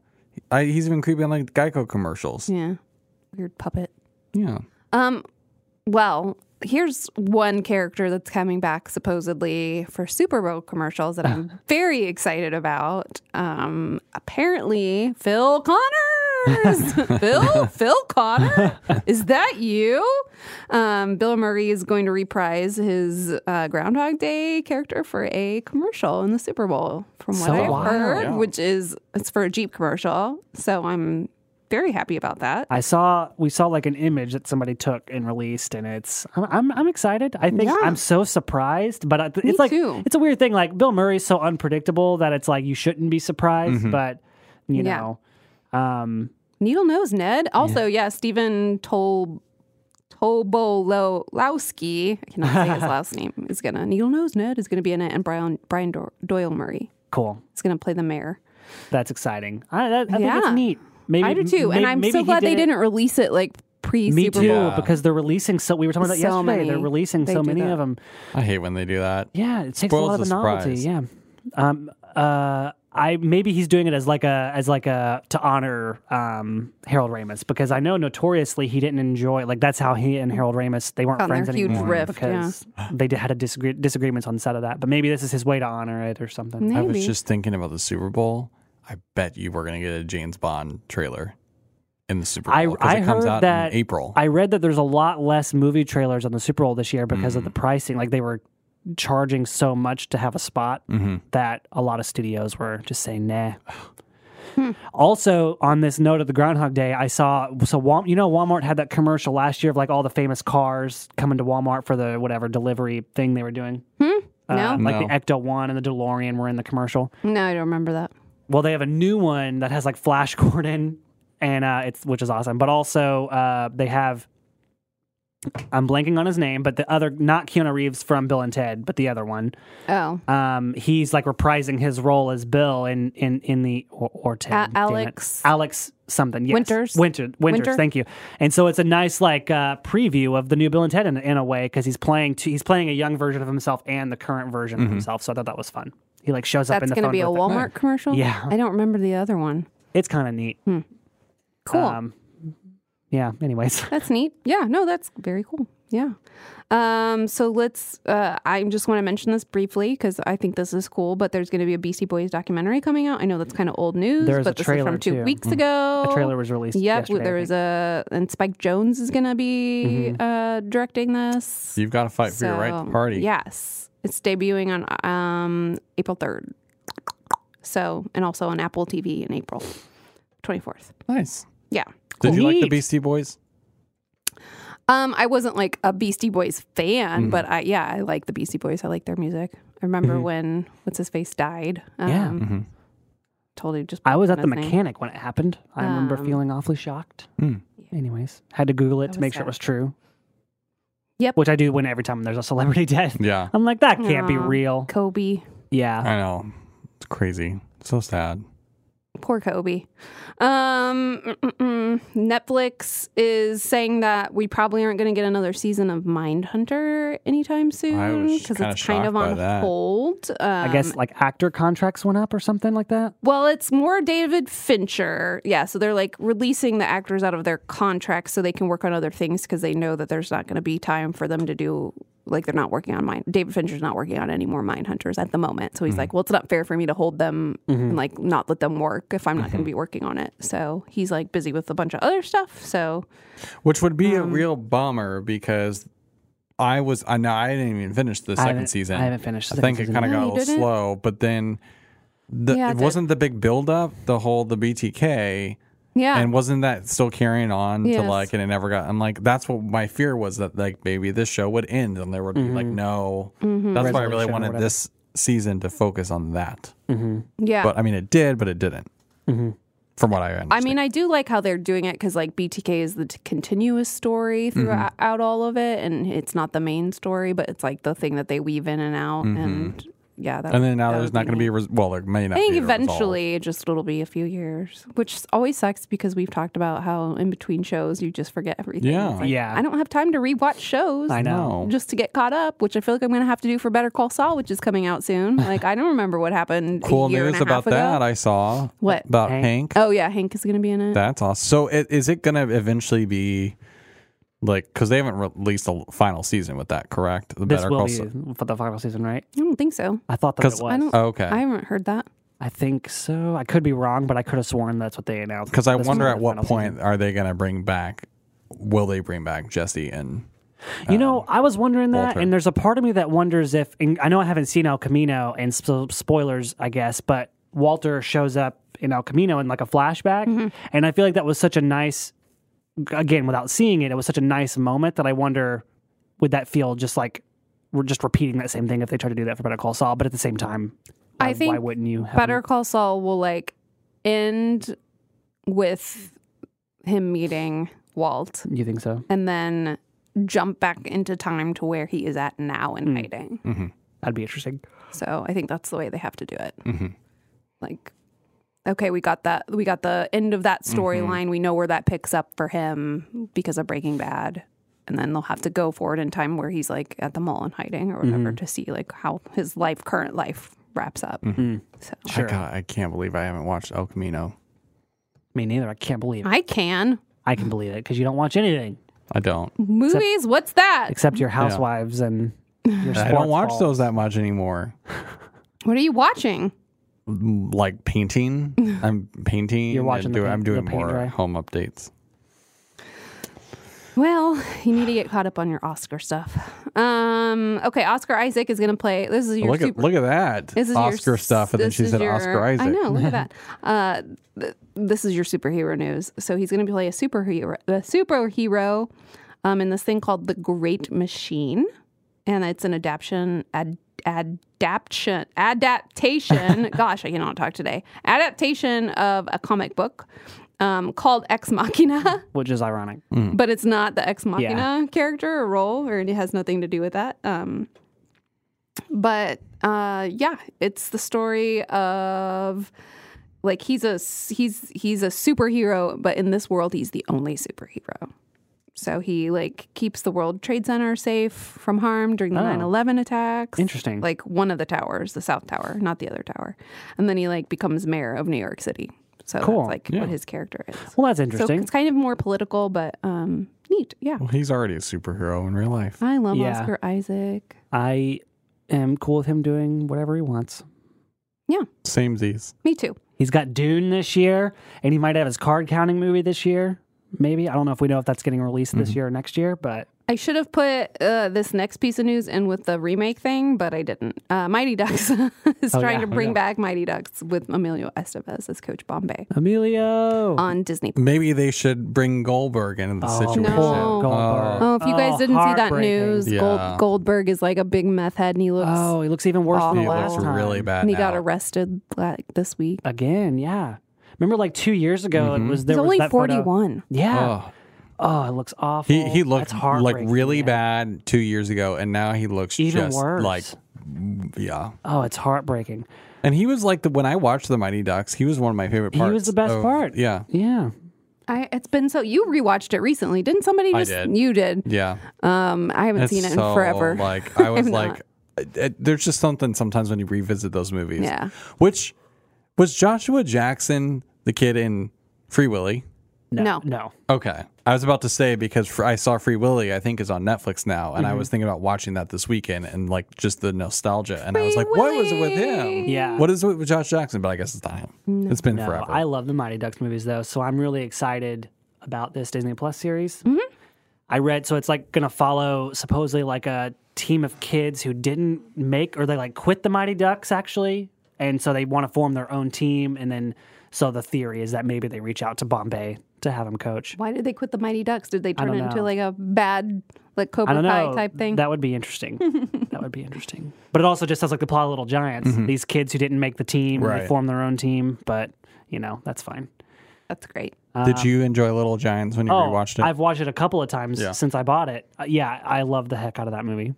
S3: I, he's even creepy on like Geico commercials. Yeah,
S1: Yeah. Weird puppet. Um, well, here's one character that's coming back supposedly for Super Bowl commercials that I'm very excited about. Um, apparently, Phil Connors. Phil, Phil Connor, is that you? Um, Bill Murray is going to reprise his uh, Groundhog Day character for a commercial in the Super Bowl, from what
S2: So
S1: I've
S2: wild.
S1: heard,
S3: Yeah.
S1: which is it's for a Jeep commercial. So I'm very happy about that.
S2: I saw we saw like an image that somebody took and released, and it's I'm I'm, I'm excited. I think
S1: Yeah.
S2: I'm so surprised, but I, it's like
S1: too.
S2: it's a weird thing. Like Bill Murray's so unpredictable that it's like you shouldn't be surprised,
S3: Mm-hmm.
S2: but you
S1: Yeah.
S2: know, um,
S1: Needle nose Ned. Also, yeah, Stephen Tol Tobolowski. I cannot say his last name. Is gonna Needle nose Ned is gonna be in it, and Brian Brian Do- Doyle Murray
S2: cool.
S1: is gonna play the mayor.
S2: That's exciting. I, that, I think
S1: Yeah.
S2: it's neat. Maybe
S1: I do too,
S2: may-
S1: and I'm
S2: maybe
S1: so
S2: he
S1: glad they
S2: did it.
S1: didn't release it like pre
S2: Me
S1: Super
S2: too,
S1: Bowl.
S3: Yeah.
S2: because they're releasing so. We were talking about that
S1: So
S2: yesterday. They're
S1: many.
S2: releasing
S1: They
S2: so
S1: do
S2: many
S1: that.
S2: of them.
S3: I hate when they do that.
S2: Yeah, it takes a
S3: Spoils
S2: lot of
S3: the
S2: the novelty.
S3: surprise.
S2: Yeah. Um. Uh. I maybe he's doing it as like a as like a to honor um Harold Ramis because I know notoriously he didn't enjoy like that's how he and Harold Ramis they weren't
S1: Found their
S2: friends
S1: huge
S2: anymore
S1: rift,
S2: because they did, had a disagree, disagreements on the set of that but maybe this is his way to honor it or something.
S1: Maybe.
S3: I was just thinking about the Super Bowl. I bet you we're going to get a James Bond trailer in the Super
S2: I
S3: Bowl
S2: I
S3: it comes
S2: heard
S3: out
S2: that
S3: in April.
S2: I read that there's a lot less movie trailers on the Super Bowl this year because of the pricing. Like they were charging so much to have a spot that a lot of studios were just saying nah. Also, on this note of the Groundhog Day, I saw so Wal- you know Walmart had that commercial last year of like all the famous cars coming to Walmart for the whatever delivery thing they were doing. Uh,
S1: no,
S2: Like
S3: No.
S2: the Ecto One and the DeLorean were in the commercial.
S1: no, I don't remember that.
S2: Well, they have a new one that has like Flash Gordon, and uh, it's which is awesome. But also, uh, they have I'm blanking on his name, but the other, not Keanu Reeves from Bill and Ted, but the other one.
S1: Oh,
S2: Um, he's like reprising his role as Bill in in in the or, or Ted, damn it.
S1: Alex-
S2: Alex something yes.
S1: Winters?
S2: Winter, Winters
S1: Winter?
S2: thank you and so it's a nice like uh, preview of the new Bill and Ted in, in a way because he's playing two, he's playing a young version of himself and the current version of himself so I thought that was fun he like shows up in
S1: that's
S2: the
S1: going to
S2: phone
S1: be a
S2: booth.
S1: Walmart commercial.
S2: Yeah.
S1: I don't remember the other one.
S2: it's kind of neat
S1: Cool.
S2: um, yeah anyways
S1: That's neat. Yeah, no, that's very cool. Yeah. Um, so let's, uh, I just want to mention this briefly because I think this is cool, but there's going to be a Beastie Boys documentary coming out. I know that's kind of old news,
S2: There is
S1: but
S2: a
S1: this is
S2: trailer,
S1: from two
S2: too.
S1: weeks ago.
S2: the trailer was released
S1: Yep,
S2: yesterday,
S1: there
S2: I Mm-hmm.
S1: is a, and Spike Jones is going to be uh, directing this.
S3: You've got to fight for your right to party.
S1: Yes. It's debuting on um, April 3rd. So, and also on Apple TV in April 24th.
S3: Nice.
S1: Yeah.
S3: Did you like the
S2: Neat.
S3: Beastie Boys?
S1: Um, I wasn't like a Beastie Boys
S2: Mm.
S1: fan, but I yeah, I like the Beastie Boys. I like their music. I remember when what's his face died. Um,
S2: Mm-hmm. Yeah.
S3: Mm-hmm.
S1: totally just.
S2: I was at the
S1: blanking on his name.
S2: mechanic when it happened. I remember
S1: Um,
S2: feeling awfully shocked.
S3: Mm,
S2: Anyways, had to Google it
S1: That
S2: to
S1: was
S2: make sure
S1: sad.
S2: it was true.
S1: Yep.
S2: Which I do when every time there's a celebrity death.
S3: Yeah.
S2: I'm like, that can't be
S1: Aw.
S2: real.
S1: Kobe,
S2: Yeah.
S3: I know. It's crazy. So sad.
S1: poor Kobe. Um, mm, mm, mm. Netflix is saying that we probably aren't going to get another season of Mindhunter anytime
S3: I was
S1: soon because
S3: kinda
S1: it's kind
S3: shocked
S1: of
S3: by
S1: on
S3: that.
S1: hold. Um,
S2: I guess like actor contracts went up or something like that.
S1: Well, it's more David Fincher. Yeah, so they're like releasing the actors out of their contracts so they can work on other things because they know that there's not going to be time for them to do like they're not working on mine. David Fincher's not working on any more Mine Hunters at the moment. So he's like, well, it's not fair for me to hold them and like not let them work if I'm not going to be working on it. So he's like busy with a bunch of other stuff. So
S3: Which would be a
S2: Mm.
S3: real bummer because I was I know I didn't even finish the second
S2: haven't-
S3: season.
S2: I haven't finished the
S3: I think
S2: second
S3: it kind of
S1: season. No,
S3: got a
S1: you
S3: little
S1: didn't?
S3: slow, but then the,
S1: Yeah,
S3: it
S1: the-
S3: wasn't the big build up, the whole the BTK,
S1: yeah,
S3: and wasn't that still carrying on
S1: Yes.
S3: to like and it never got. I'm like that's what my fear was that like maybe this show would end and there would be like no.
S1: Mm-hmm.
S3: That's why I really
S2: Mm-hmm. Resolution or
S3: wanted
S2: whatever.
S3: this season to focus on that.
S1: yeah.
S3: But I mean, it did, but it didn't.
S2: Mm-hmm.
S3: From what I understand,
S1: I mean, I do like how they're doing it because like BTK is the t- continuous story
S3: Mm-hmm.
S1: throughout all of it, and it's not the main story, but it's like the thing that they weave in and out, and yeah. That,
S3: Mm-hmm. and then now
S1: that
S3: there's
S1: would
S3: not going to be
S1: neat.
S3: a res- well, there may not.
S1: I think
S3: be a resolve.
S1: eventually it just it'll be a few years, which always sucks because we've talked about how in between shows you just forget everything.
S3: Yeah.
S1: It's like,
S2: Yeah.
S1: I don't have time to rewatch shows.
S2: I know.
S3: No.
S1: Just to get caught up, which I feel like I'm going to have to do for Better Call Saul, which is coming out soon. Like I don't remember what happened.
S3: cool
S1: a year
S3: news
S1: and a half
S3: about that
S1: Ago.
S3: I saw.
S1: What?
S3: about
S2: Hank.
S3: Hank?
S1: Oh yeah, Hank is going to be in it.
S3: That's awesome. So it, is it going to eventually be like because they haven't released a final season with that, correct? The
S2: This
S3: Better
S2: will
S3: Call
S2: be
S3: Saul-
S2: for the final season, right?
S1: I don't think so.
S2: I thought that it
S3: 'Cause
S2: was.
S1: I
S2: I,
S1: don't.
S3: Okay.
S1: I haven't heard that.
S2: think so. I could be wrong, but I could have sworn that's what they announced.
S3: Because I
S2: This was
S3: wonder
S2: the
S3: at what
S2: final
S3: point are they going to bring back? Will they bring back Jesse and?
S2: You know, I was wondering that,
S3: Um, Walter.
S2: and there's a part of me that wonders if and I know I haven't seen El Camino, and sp- spoilers, I guess, but Walter shows up in El Camino in like a flashback,
S1: Mm-hmm.
S2: and I feel like that was such a nice, again, without seeing it, it was such a nice moment that I wonder would that feel just like we're just repeating that same thing if they try to do that for Better Call Saul, but at the same time,
S1: I
S2: Um, why-
S1: think
S2: why wouldn't you have
S1: Better Call Saul will like end with him meeting Walt
S2: You think so?
S1: and then jump back into time to where he is at now and hiding.
S2: That'd be interesting.
S1: So I think that's the way they have to do it. Like, okay, we got that. We got the end of that storyline. We know where that picks up for him because of Breaking Bad. And then they'll have to go forward in time where he's like at the mall and hiding or whatever to see like how his life, current life, wraps up. So
S3: I, God, I can't believe I haven't watched El Camino.
S2: Me neither. I can't believe it.
S1: I can.
S2: I can believe it because you don't watch anything
S3: I don't.
S1: Movies? What's that?
S2: except your housewives and your
S3: I don't watch
S2: sports
S3: those that much anymore.
S1: What are you watching?
S3: Like painting, I'm painting.
S2: You're
S3: and
S2: watching the
S3: doing- I'm
S2: paint- the
S3: doing
S2: paint
S3: more
S2: dry.
S3: home updates.
S1: Well, you need to get caught up on your Oscar stuff. Um, okay, Oscar Isaac is going to play. This is your
S3: look
S1: super.
S3: at look at that
S1: this is your
S3: Oscar stuff, and then
S1: this
S3: she
S1: is
S3: said
S1: your-
S3: Oscar Isaac.
S1: I know. Look at that. Uh, th- this is your superhero news. So he's going to play a superhero, a superhero, um, in this thing called The Great Machine, and it's an adaptation, ad, adaptation, adaptation. gosh, I cannot talk today. Adaptation of a comic book. um, called Ex Machina,
S2: which is ironic.
S1: but it's not the Ex Machina character or role, or it has nothing to do with that. Um, but uh, yeah, it's the story of like he's a s- he's he's a superhero, but in this world, he's the only superhero. So he like keeps the World Trade Center safe from harm during the 9/11 attacks.
S2: Oh. Interesting.
S1: Like one of the towers, the South Tower, not the other tower. And then he like becomes mayor of New York City. So
S2: Cool.
S1: that's like what his character is.
S2: Well, that's
S1: So
S2: interesting.
S1: it's kind of more political, but um, neat. Yeah.
S3: Well, he's already a superhero in real life.
S1: I love
S2: Yeah.
S1: Oscar Isaac.
S2: I am cool with him doing whatever he wants.
S1: Yeah,
S3: Same these.
S1: me too.
S2: He's got Dune this year, and he might have his card counting movie this year. Maybe I don't know if we know if that's getting released
S3: Mm-hmm.
S2: this year or next year, but
S1: I should have put uh, this next piece of news in with the remake thing, but I didn't. Uh, Mighty Ducks is trying
S2: Oh, yeah.
S1: to bring back Mighty Ducks with Emilio Estevez as Coach Bombay
S2: Emilio.
S1: on Disney.
S3: Maybe they should bring Goldberg into the situation.
S1: No.
S2: Oh, Goldberg.
S1: Oh, if you guys
S2: Oh,
S1: didn't see that
S2: heartbreaking.
S1: news,
S3: Yeah.
S1: Gold, Goldberg is like a big meth head, and he looks
S2: Oh, he looks even worse than
S3: He
S1: Awful.
S2: last
S3: looks
S2: time.
S3: really bad.
S1: and he
S3: now.
S1: got arrested like this week.
S2: again. Yeah, remember like two years ago it was there
S1: He's
S2: was
S1: only
S2: that photo-
S1: forty-one.
S2: Yeah.
S3: Mm-hmm. Ugh.
S2: Oh, it looks awful.
S3: He he looked
S2: That's
S3: like
S2: heartbreaking,
S3: really
S2: man.
S3: bad two years ago, and now he looks
S2: Even
S3: just
S2: worse.
S3: like yeah.
S2: oh, it's heartbreaking.
S3: And he was like the when I watched the Mighty Ducks, he was one of my favorite parts.
S2: he was the best
S3: of-
S2: part.
S3: Yeah,
S2: Yeah.
S1: I, it's been so. You rewatched it recently, didn't somebody?
S3: I
S1: Just
S3: did.
S1: you did.
S3: yeah.
S1: Um, I haven't
S3: It's
S1: seen it
S3: so,
S1: in forever.
S3: Like I was
S1: I'm
S3: like, it, it- there's just something sometimes when you revisit those movies.
S1: Yeah.
S3: Which was Joshua Jackson the kid in Free Willy?
S1: no,
S2: No.
S3: Okay. I was about to say because fr- I saw Free Willy, I think is on Netflix now,
S2: Mm-hmm.
S3: and I was thinking about watching that this weekend and like just the nostalgia, and I was
S1: Free
S3: like, what was it with him?
S1: Willy!
S2: Yeah.
S3: What is it with Josh Jackson? But I guess it's not him. It's been
S2: No,
S3: forever.
S2: I love the Mighty Ducks movies though, so I'm really excited about this Disney Plus series.
S1: Mm-hmm.
S2: I read so it's like going to follow supposedly like a team of kids who didn't make or they like quit the Mighty Ducks actually, and so they want to form their own team, and then so the theory is that maybe they reach out to Bombay to have him coach.
S1: Why did they quit the Mighty Ducks? Did they turn it
S2: don't
S1: into
S2: know.
S1: like a bad, like
S2: I
S1: Cobra
S2: don't
S1: Kai
S2: know.
S1: type thing?
S2: That would be interesting. that would be interesting. But it also just sounds like the plot of Little Giants. These kids who didn't make the team, and they
S3: Mm-hmm. Right.
S2: form their own team, but you know that's fine.
S1: That's great.
S3: Did you enjoy Little Giants when you
S2: Oh,
S3: rewatched it?
S2: I've watched it a couple of times
S3: Yeah.
S2: since I bought it. Uh, yeah, I love the heck out of that movie.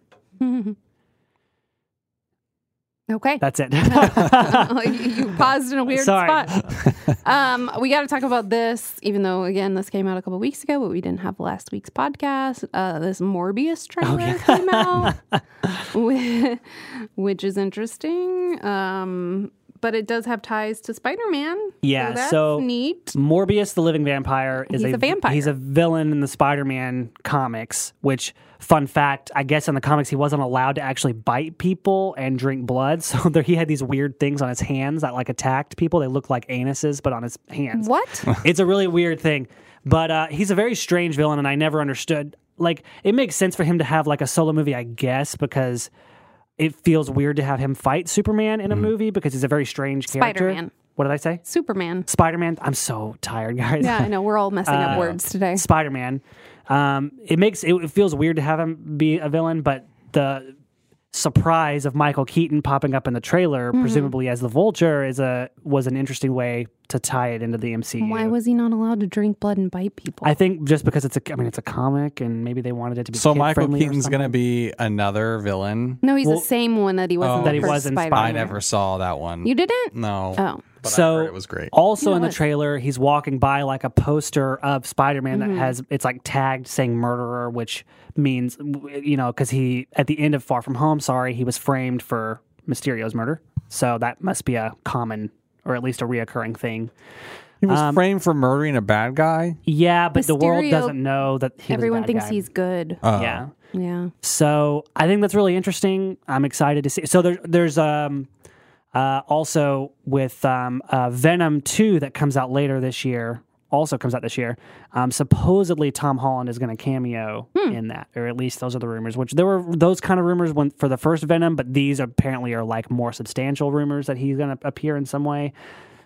S1: Okay. Oh,
S2: That's it.
S1: you paused in a weird
S2: Sorry.
S1: spot. Um, we got to talk about this, even though, again, this came out a couple weeks ago, but we didn't have last week's podcast. Uh, this Morbius trailer came
S2: Oh,
S1: out, whi- which is interesting. Um, but it does have ties to Spider Man.
S2: Yeah,
S1: So that's
S2: so-
S1: neat.
S2: Morbius, the living vampire, is
S1: He's a vampire.
S2: He's a villain in the Spider-Man comics. Which, fun fact, I guess in the comics he wasn't allowed to actually bite people and drink blood. So there, he had these weird things on his hands that like attacked people. They looked like anuses, but on his hands.
S1: What?
S2: it's a really weird thing. But uh, he's a very strange villain, and I never understood. Like, it makes sense for him to have like a solo movie, I guess, because it feels weird to have him fight Superman in a movie because he's a very strange character.
S1: Spider-Man.
S2: What did I say?
S1: Superman.
S2: Spider Man. I'm so tired, guys.
S1: Yeah, I know. We're all messing
S2: Uh,
S1: up words today.
S2: Spider Man. Um, it makes it, it feels weird to have him be a villain, but the surprise of Michael Keaton popping up in the trailer,
S1: Mm-hmm.
S2: presumably as the Vulture, is a was an interesting way to tie it into the MCU.
S1: Why was he not allowed to drink blood and bite people?
S2: I think just because it's a, I mean, it's a comic, and maybe they wanted it to be
S3: so
S2: kid
S3: Michael
S2: friendly or
S3: Keaton's
S2: something.
S3: going to be another villain.
S1: no, he's the same one that he was in the
S2: oh. That he
S1: first
S2: was in Mm.
S1: Spider-Man.
S3: I never saw that one.
S1: You didn't?
S3: no.
S1: Oh.
S3: But
S2: So-
S3: I heard it was great.
S2: Also in the
S1: what?
S2: trailer, he's walking by like a poster of Spider Man
S1: Mm-hmm.
S2: that has it's like tagged saying murderer, which means you know because he at the end of Far From Home, sorry, he was framed for Mysterio's murder, so that must be a common or at least a reoccurring thing.
S3: He was
S2: um,
S3: framed for murdering a bad guy.
S2: Yeah, but the world
S1: Mysterio-
S2: doesn't know that he was a
S1: Everyone
S2: bad
S1: thinks
S2: guy. Uh.
S1: he's good.
S3: Uh-huh.
S2: yeah.
S1: yeah.
S2: So I think that's really interesting. I'm excited to see. So there, there's um, uh, also with um, uh, Venom 2 that comes out later this year, also comes out this year. Um, supposedly Tom Holland is going to cameo in that, or at least those are the rumors, which there were those kind of rumors when, for the first Venom, but these apparently are like more substantial rumors that he's going to appear in some way.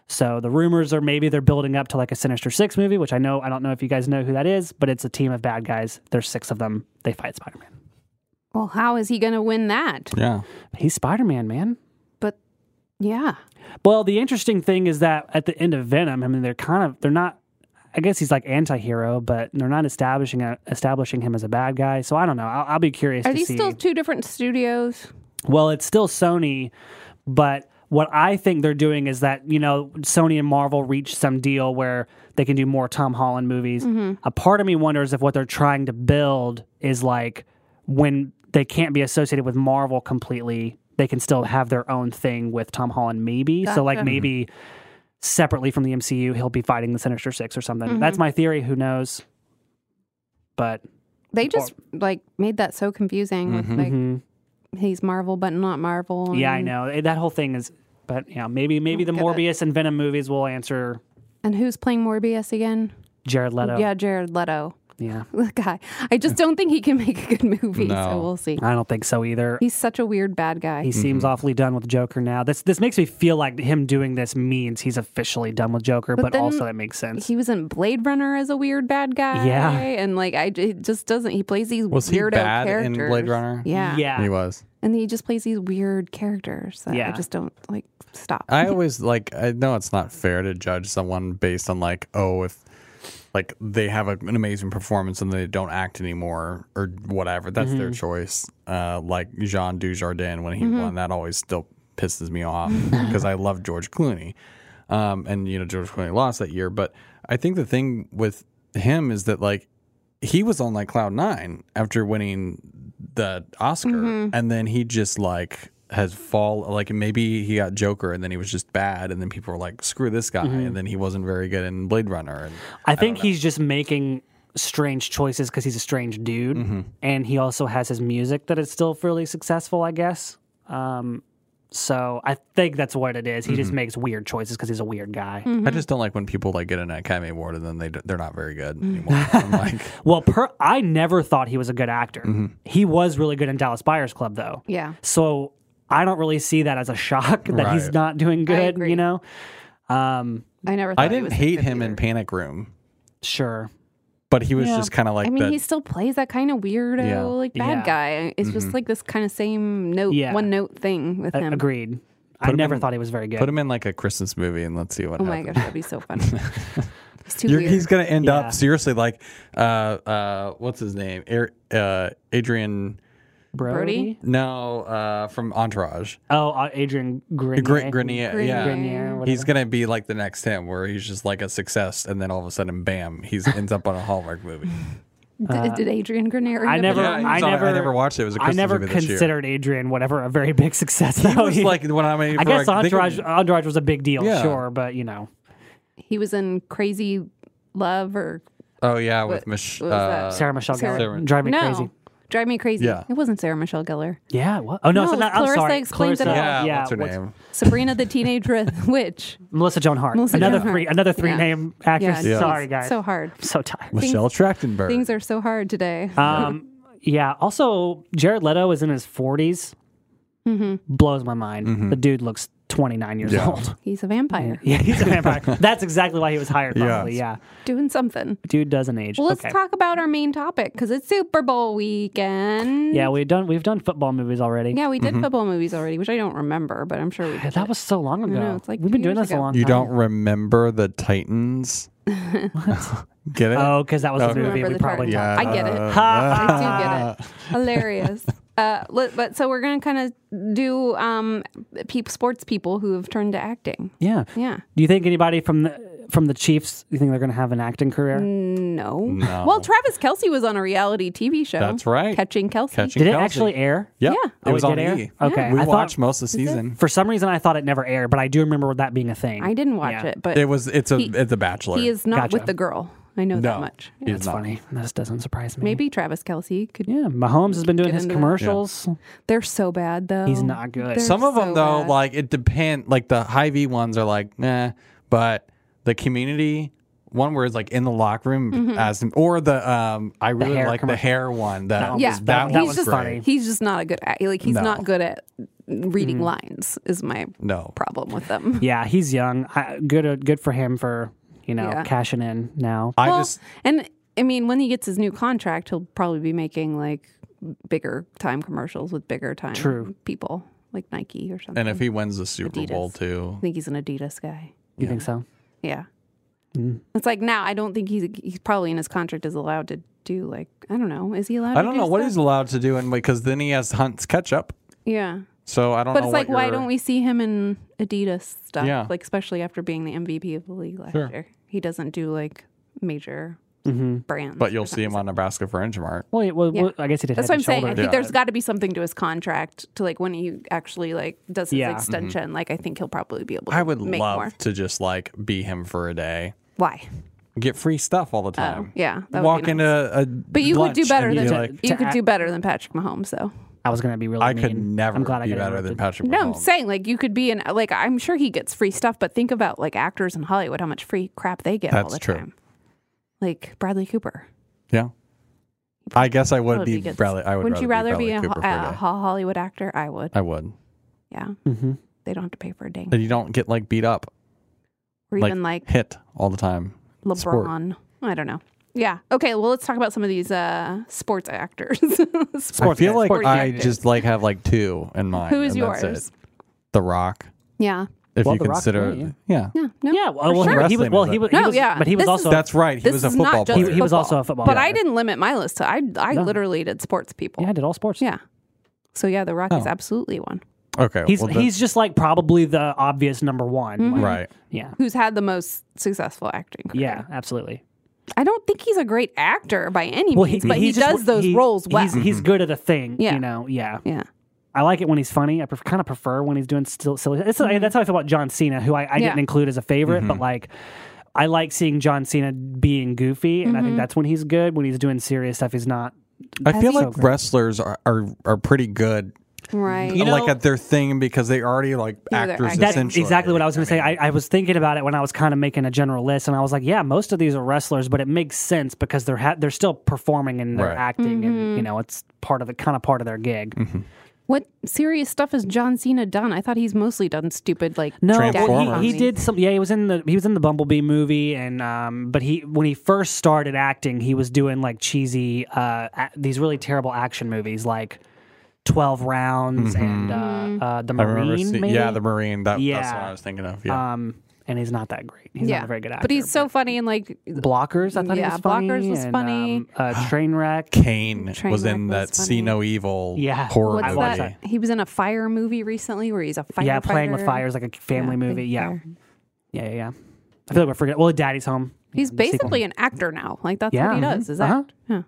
S2: So the rumors are maybe they're building up to like a Sinister Six movie, which I know I don't know if you guys know who that is, but it's a team of bad guys. There's six of them. They fight Spider Man.
S1: Well, how is he going to win that?
S3: Yeah.
S2: He's Spider Man, man.
S1: But yeah,
S2: Well, the interesting thing is that at the end of Venom, I mean, they're kind of they're not. I guess he's like anti-hero, but they're not establishing a, establishing him as a bad guy. So I don't know. I'll, I'll be curious
S1: Are
S2: to
S1: these
S2: see.
S1: still two different studios?
S2: Well, it's still Sony, but what I think they're doing is that, you know, Sony and Marvel reached some deal where they can do more Tom Holland movies. A part of me wonders if what they're trying to build is like when they can't be associated with Marvel completely, they can still have their own thing with Tom Holland, maybe. So, like,
S1: Gotcha.
S2: maybe separately from the MCU, he'll be fighting the Sinister Six or something. That's my theory. Who knows? But
S1: They just like made that so confusing with like
S2: Mhm.
S1: he's Marvel but not Marvel.
S2: yeah, I
S1: and-
S2: know Eh, that whole thing is. But yeah, maybe maybe the
S1: get it.
S2: Morbius and Venom movies will answer
S1: And who's playing Morbius again?
S2: Jared Leto.
S1: Yeah, Jared Leto.
S2: Yeah.
S1: The guy. I just don't think he can make a good movie, so
S3: No.
S1: we'll see.
S2: I don't think so either.
S1: He's such a weird bad guy.
S2: He seems awfully done with Joker now. This this makes me feel like him doing this means he's officially done with Joker, but,
S1: then
S2: also that makes sense.
S1: he was in Blade Runner as a weird bad guy.
S2: Yeah.
S1: and like I j- it just doesn't. He plays these
S3: Was he
S1: weirdo
S3: bad in
S1: characters.
S3: Blade Runner?
S1: Yeah,
S2: yeah.
S3: He was.
S1: and he just plays these weird characters that
S2: Yeah.
S1: I just don't like. Stop.
S3: I always like. I know it's not fair to judge someone based on like, oh, if like they have a, an amazing performance and they don't act anymore or whatever. That's their choice. Uh, like Jean Dujardin when he won, that always still pisses me off because I love George Clooney. Um, and you know George Clooney lost that year, but I think the thing with him is that like he was on like cloud nine after winning the Oscar,
S1: Mm-hmm.
S3: and then he just like has fall like maybe he got Joker, and then he was just bad, and then people were like, "Screw this guy,"
S1: Mm-hmm.
S3: and then he wasn't very good in Blade Runner, and
S2: I think he's just making strange choices because he's a strange dude,
S3: Mm-hmm.
S2: and he also has his music that is still fairly successful, I guess. Um, so I think that's what it is. He just makes weird choices because he's a weird guy.
S1: Mm-hmm.
S3: I just don't like when people like get an Academy Award and then they d- they're not very good
S1: Mm-hmm.
S3: anymore. I'm like,
S2: Well, per, I never thought he was a good actor.
S3: Mm-hmm.
S2: He was really good in Dallas Buyers Club, though.
S1: yeah,
S2: So I don't really see that as a shock that he's
S3: Right.
S2: not doing good,
S1: agree.
S2: you know? Um,
S1: I never. Thought
S3: I
S1: he
S3: didn't
S1: was
S3: hate
S1: good
S3: him in
S1: either.
S3: Panic Room,
S2: sure.
S3: but he was just kind of like
S1: I mean,
S3: that.
S1: he still plays that kind of weirdo,
S3: Yeah. Mm-hmm.
S1: like bad
S2: Yeah.
S1: guy. It's just like this kind of same note,
S2: Yeah.
S1: one note thing with
S2: A-
S1: him.
S2: agreed. I
S3: Put him
S2: never
S3: in-
S2: thought he was very good.
S3: Put him in like a Christmas movie and let's see what
S1: Oh my
S3: happens.
S1: gosh, that'd be so fun. he's too
S3: You're,
S1: weird.
S3: he's going to end
S2: Yeah.
S3: up seriously like, uh, uh, what's his name? Ar- uh, Adrian,
S1: Brody?
S3: no, uh, from Entourage.
S2: Oh, uh, Adrian Grenier.
S3: Gr- Grenier, yeah.
S2: Grenier, whatever.
S3: He's going to be like the next him where he's just like a success and then all of a sudden, bam, he's ends up on a Hallmark movie.
S1: D- did Adrian Grenier?
S2: uh, I
S1: end up
S2: never,
S1: in
S3: Yeah,
S1: that
S3: he's
S2: I
S3: on- I
S2: never,
S3: never watched it. It was a
S2: I
S3: Christmas
S2: never
S3: movie this year.
S2: considered Adrian whatever a very big success. Though.
S3: It was like when I mean,
S2: I
S3: for,
S2: guess
S3: like, they-
S2: Entourage, Entourage was a big deal,
S3: Yeah.
S2: sure, but you know,
S1: he was in Crazy Love or
S3: Oh yeah, with Mich-
S1: what was that?
S3: uh,
S2: Sarah Michelle
S1: Sarah-
S2: Gellar drive me
S1: no,
S2: crazy.
S1: Drive Me Crazy.
S3: Yeah.
S1: It wasn't Sarah Michelle Gellar.
S2: Yeah, what? Oh no,
S1: No,
S2: so
S1: it was
S2: not, I'm
S1: Clarissa
S2: sorry.
S1: Explains It All.
S3: Yeah, what's her
S2: what's-
S3: name?
S1: Sabrina the Teenage Ri- Witch.
S2: Melissa Joan Hart.
S1: Melissa
S2: another
S1: Joan Hart.
S2: three, another three
S1: Yeah.
S2: name
S1: Yeah,
S2: actress.
S1: she's
S2: Sorry, guys.
S1: So hard.
S2: I'm so tired.
S3: Michelle Trachtenberg.
S1: Things are so hard today.
S2: Um, yeah. Also, Jared Leto is in his 40s.
S1: Mm-hmm.
S2: Blows my mind. The dude looks 29 years
S3: Mm-hmm. Yeah.
S2: old.
S1: He's a vampire
S2: Yeah, he's a vampire. That's exactly why he was hired, probably. Yeah.
S1: doing something.
S2: Dude doesn't age.
S1: Well, let's
S2: okay.
S1: talk about our main topic because it's Super Bowl weekend.
S2: yeah, Mm-hmm. we've done we've done football movies already.
S1: Yeah, we did football movies already, which I don't remember, but I'm sure we did.
S2: That was so long ago.
S1: know, it's like
S2: we've been
S1: years
S2: doing this
S1: ago.
S2: a long
S3: You
S2: time.
S3: don't remember the Titans? Get it?
S2: Oh, because that was
S3: Okay.
S2: the movie
S1: Remember
S2: we
S1: the
S2: probably Ah.
S1: Titans.
S2: talked.
S1: I get it.
S2: Ha!
S1: I do get it. Hilarious. Uh, let- but so we're gonna kind of do um, peop, sports people who have turned to acting.
S2: Yeah.
S1: Yeah.
S2: Do you think anybody from the from the Chiefs? You think they're going to have an acting career?
S1: No.
S3: No.
S1: Well, Travis Kelsey was on a reality TV show.
S3: That's right.
S1: Catching Kelsey.
S3: Catching
S2: Did it
S3: Kelsey.
S2: actually air?
S3: Yep.
S1: Yeah.
S3: It
S2: Oh,
S3: was
S2: it
S3: on
S2: did air?
S3: E.
S2: Okay.
S3: We
S2: I thought-
S3: watched most of the season.
S2: For some reason, I thought it never aired, but I do remember that being a thing.
S1: I didn't watch
S2: Yeah.
S1: it, but
S3: It was. It's a.
S1: He-
S3: it's a Bachelor.
S1: he is not
S2: Gotcha.
S1: with the girl. I know
S3: no.
S1: that much.
S3: he's
S2: That's
S3: not.
S2: funny. This doesn't surprise me.
S1: Maybe Travis Kelsey could.
S2: Yeah, Mahomes has been doing his
S1: into that.
S2: commercials.
S1: They're so bad though.
S2: He's not good.
S1: They're
S3: Some of them
S1: so
S3: though,
S1: bad.
S3: like it depend. Like the high V ones are like, nah. But the community one where it's like in the locker room
S1: Mm-hmm.
S3: as or the um. I really
S2: hair
S3: like the
S2: commercial.
S3: hair one. That,
S2: one
S1: Yeah,
S2: was- that
S3: that,
S1: he's
S3: was
S1: just
S3: funny.
S1: he's just not a good at like he's
S3: No. Mm-hmm.
S1: not good at reading lines is my
S3: No.
S1: problem with them.
S2: Yeah, he's young. I, good, uh, good for him for you know
S1: Yeah.
S2: cashing in now.
S3: I
S1: well,
S3: just
S1: and I mean when he gets his new contract, he'll probably be making like bigger time commercials with bigger time
S2: True.
S1: people like Nike or something.
S3: and if he wins the Super
S1: Adidas.
S3: Bowl too,
S1: I think he's an Adidas guy.
S2: you think so?
S1: Yeah.
S3: Mm-hmm.
S1: It's like now I don't think he's he's probably in his contract is allowed to do like I don't know is he allowed? to
S3: I don't
S1: do
S3: know what
S1: stuff?
S3: he's allowed to do, and because then he has Hunt's catch up.
S1: Yeah,
S3: So I don't.
S1: but
S3: know
S1: it's like
S3: what
S1: why
S3: your-
S1: don't we see him in Adidas stuff?
S3: Yeah.
S1: like especially after being the MVP of the league last
S3: Sure. Mm-hmm.
S1: year, he doesn't do like major brands.
S3: But
S1: or
S3: you'll see him
S1: something.
S3: on Nebraska Fringe Mart.
S2: Well, yeah, well,
S1: Yeah.
S2: well, I guess he did.
S1: That's what
S2: head
S1: I'm
S2: and
S1: saying. I
S2: shoulders.
S1: think
S3: Yeah.
S1: there's got to be something to his contract to like when he actually like does his
S2: Yeah.
S1: extension. Like I think he'll probably be able. to
S3: I would
S1: make
S3: love
S1: more.
S3: to just like be him for a day,
S1: Why?
S3: get free stuff all the
S1: Oh.
S3: time.
S1: yeah, that would be
S3: walk
S1: nice.
S3: into a.
S1: But you would do better than
S2: be
S3: like, "Ah."
S2: like-
S1: you
S2: to
S1: could
S2: act-
S1: do better than Patrick Mahomes, though.
S2: I was going to be really.
S3: I could
S2: mean.
S3: never
S2: I'm glad I
S3: be
S2: got
S3: better than
S2: interrupted.
S3: Patrick.
S1: No, I'm
S3: Mahomes.
S1: saying like you could be in like I'm sure he gets free stuff, but think about like actors in Hollywood, how much free crap they get all
S3: That's
S1: the
S3: true.
S1: time. Like Bradley Cooper.
S3: yeah. I guess I would
S1: Would
S3: be
S1: be good.
S3: Bradley. I would.
S1: Wouldn't you rather be,
S3: Bradley
S1: a,
S3: Cooper for a
S1: a
S3: day.
S1: ho- Hollywood actor? I would.
S3: I would.
S1: Yeah,
S2: Mhm.
S1: they don't have to pay for a dang.
S3: That you don't get like beat up,
S1: Or
S3: like,
S1: even like
S3: hit all the time. sport.
S1: LeBron. I don't know. Yeah. Okay. Well, let's talk about some of these uh, sports actors.
S3: I
S2: Sports
S3: feel
S2: guy,
S3: like
S1: sports
S3: I
S1: actor.
S3: just like have like two in mind.
S1: Who is
S3: and that's
S1: yours?
S3: it. The Rock.
S1: Yeah.
S3: If
S2: Well,
S3: you
S2: The Rock,
S3: consider,
S2: yeah,
S3: yeah.
S1: Yeah. No.
S2: Yeah, well, well,
S3: sure.
S2: he was. Well, he was. he
S1: No,
S2: was-
S1: yeah.
S2: but he was
S1: This is-
S2: also.
S3: That's right. He
S1: This
S3: was a
S1: is not
S3: football
S1: just
S3: player.
S2: He- he was also a football
S1: But
S2: player.
S1: I didn't limit my list to I. I literally did sports people.
S2: yeah, I did all sports.
S1: Yeah. So yeah, The Rock is
S3: Oh.
S1: absolutely one
S3: okay.
S2: he's
S3: well, the-
S2: he's just like probably the obvious number one.
S1: Mm-hmm.
S2: Like,
S3: right.
S2: Yeah.
S1: who's had the most successful acting. Career.
S2: Yeah. Absolutely.
S1: I don't think he's a great actor by any means, but he
S2: he's just-
S1: does those
S2: he-
S1: roles well. Mm-hmm.
S2: He's, he's good at a thing.
S1: Yeah.
S2: You know. Yeah.
S1: yeah.
S2: I like it when he's funny. I pref- kind of prefer when he's doing still silly. It's, That's how I feel about John Cena, who I, I
S1: Mm-hmm. Yeah.
S2: didn't include as a favorite, but like. I like seeing John Cena being goofy, and I
S1: Mm-hmm.
S2: think that's when he's good. When he's doing serious stuff, he's not.
S3: I feel
S2: so
S3: like
S2: great.
S3: wrestlers are, are are pretty good,
S1: Right.
S2: You know-
S3: like at their thing because they already like
S1: Yeah, they're
S3: actors.
S1: actors.
S2: That's
S3: essentially.
S2: exactly what I was going to say. I, I was thinking about it when I was kind of making a general list, and I was like, "Yeah, most of these are wrestlers, but it makes sense because they're ha- they're still performing and they're
S3: Right.
S2: acting,
S1: Mm-hmm.
S2: and you know, it's part of the kind of part of their gig."
S1: what serious stuff has John Cena done? I thought he's mostly done stupid like
S2: No, well,
S3: Transformers.
S2: he, he did some. Yeah, he was in the he was in the Bumblebee movie, and um, but he when he first started acting, he was doing like cheesy, uh, a- these really terrible action movies like Twelve Rounds and
S1: Mm.
S2: uh, uh, the
S3: Mm-hmm. I remember.
S2: Marine.
S3: see-
S2: maybe?
S3: yeah, the Marine. That, That's
S2: Yeah.
S3: what I was thinking of. Yeah.
S2: um, and he's not that great. He's
S1: Yeah,
S2: not a very good actor.
S1: but he's so funny and like
S2: blockers. I thought
S1: Yeah,
S2: he was funny.
S1: Blockers was
S2: and,
S1: funny.
S2: Um, uh, train wreck.
S3: Kane was
S1: Trainwreck
S3: in
S1: was
S3: that
S1: funny.
S3: See No Evil
S2: Yeah.
S3: horror
S1: What's
S2: I
S3: movie.
S2: watched
S1: that? He was in a fire movie recently where he's a firefighter.
S2: Yeah, playing with fire is like a family
S1: Yeah,
S2: movie.
S1: big
S2: Yeah.
S1: fire.
S2: yeah, yeah, yeah. I feel like we're forgetting. Well, Daddy's home.
S1: He's
S2: Yeah, the sequel.
S1: basically an actor now. Like that's
S2: Yeah,
S1: what he
S2: mhm.
S1: does. Is that?
S2: Uh-huh.
S1: Yeah.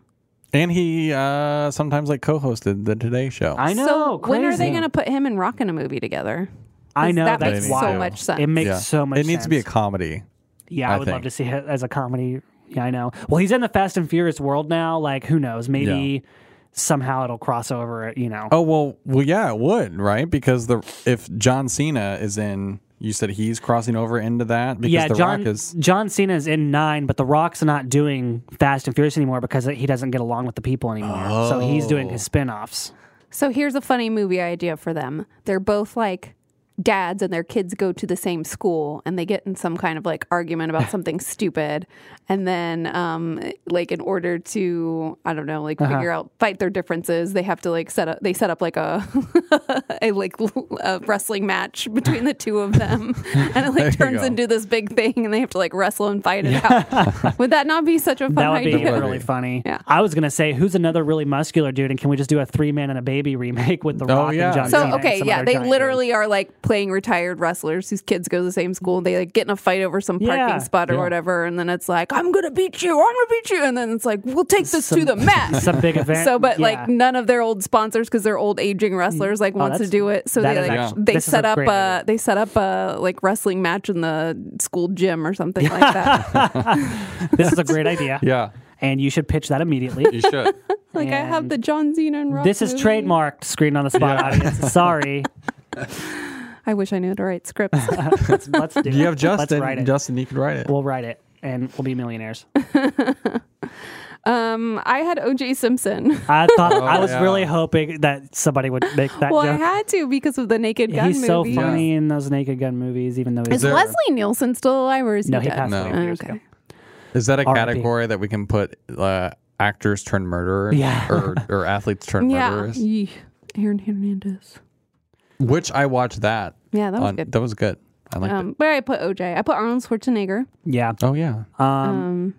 S3: And he uh, sometimes like co-hosted the Today Show.
S2: I know.
S1: so when are
S2: crazy.
S1: they going to put him and Rock in a movie together? 'Cause
S2: I know
S1: that
S2: that's
S1: makes
S3: why.
S1: so
S2: wild.
S1: much sense.
S2: It makes
S3: Yeah.
S2: so much.
S3: It needs to be a
S2: sense.
S3: comedy.
S2: yeah. I,
S3: I
S2: would
S3: think.
S2: love to see it as a comedy. Yeah, I know. Well, he's in the Fast and Furious world now. Like, who knows? Maybe somehow it'll cross over. You know.
S3: Oh well, well yeah, it would right because the if John Cena is in, you said he's crossing over into that because
S2: yeah,
S3: The
S2: John
S3: Rock is
S2: John Cena is in nine, but The Rock's not doing Fast and Furious anymore because he doesn't get along with the people anymore. So he's doing
S3: Oh.
S2: his spin-offs.
S1: So here's a funny movie idea for them. They're both like dads and their kids go to the same school and they get in some kind of like argument about something stupid and then um like in order to I don't know like figure out fight their differences they have to like set up they set up like a a like a wrestling match between the two of them and it like
S3: There you
S1: turns
S3: go.
S1: into this big thing and they have to like wrestle and fight it out. Would that not be such a fun
S2: That would be
S1: idea?
S3: would
S2: really
S3: be.
S2: funny.
S1: Yeah.
S2: I was gonna say, who's another really muscular dude, and can we just do a three man and a baby remake with The Rock
S3: Oh, yeah.
S2: and John Cena?
S1: So
S2: and
S1: okay,
S2: some
S1: yeah,
S2: other
S1: they
S2: giant
S1: literally are like playing retired wrestlers whose kids go to the same school. And they like get in a fight over some parking
S2: Yeah.
S1: spot or whatever, and then it's like, "I'm gonna beat you, I'm gonna beat you," and then it's like, "We'll take this to the
S2: dudes.
S1: mat."
S2: Some big event.
S1: So, but
S2: Yeah. Oh,
S1: like none of their old sponsors because they're old aging wrestlers like wants to
S2: that's-
S1: do it. So
S2: that
S1: they
S2: is
S1: like
S2: actually-
S1: they
S2: this is
S1: set
S2: a
S1: up
S2: great
S1: a
S2: idea.
S1: they set up a like wrestling match in the school gym or something like that.
S2: this is a great idea.
S3: yeah,
S2: And you should pitch that immediately.
S3: you should.
S1: like I have
S2: And
S1: the John Cena and Rock
S2: This is
S1: movie.
S2: trademarked screen on the spot audience. Sorry.
S1: I wish I knew how to write scripts.
S2: Let's, let's do
S3: you have
S2: it. Let's
S3: Justin.
S2: write it.
S3: Justin, you could write it.
S2: We'll write it and we'll be millionaires.
S1: um, I had O.J. Simpson.
S2: I thought I was
S3: Oh, yeah.
S2: really hoping that somebody would make that
S1: Well, I
S2: joke.
S1: had to because of the Naked Gun
S2: he's
S1: movie.
S2: so funny in those Naked Gun movies, even though
S1: Is
S2: he's
S3: there-
S1: Leslie Nielsen still alive or is
S2: no,
S1: he
S2: he
S1: dead?
S2: passed
S3: No.
S2: away a few years
S1: Okay.
S2: ago.
S3: Is that a
S2: R.I.P.
S3: category that we can put uh, actors turn murderers?
S2: Yeah.
S3: Or, or athletes turn
S1: Yeah.
S3: murderers?
S1: Yee. Aaron Hernandez.
S3: Which I watched that.
S1: Yeah, that was
S3: on-
S1: good.
S3: That was good. I liked it.
S1: Um, but I put OJ. I put Arnold Schwarzenegger.
S2: Yeah.
S3: Oh yeah.
S1: Um,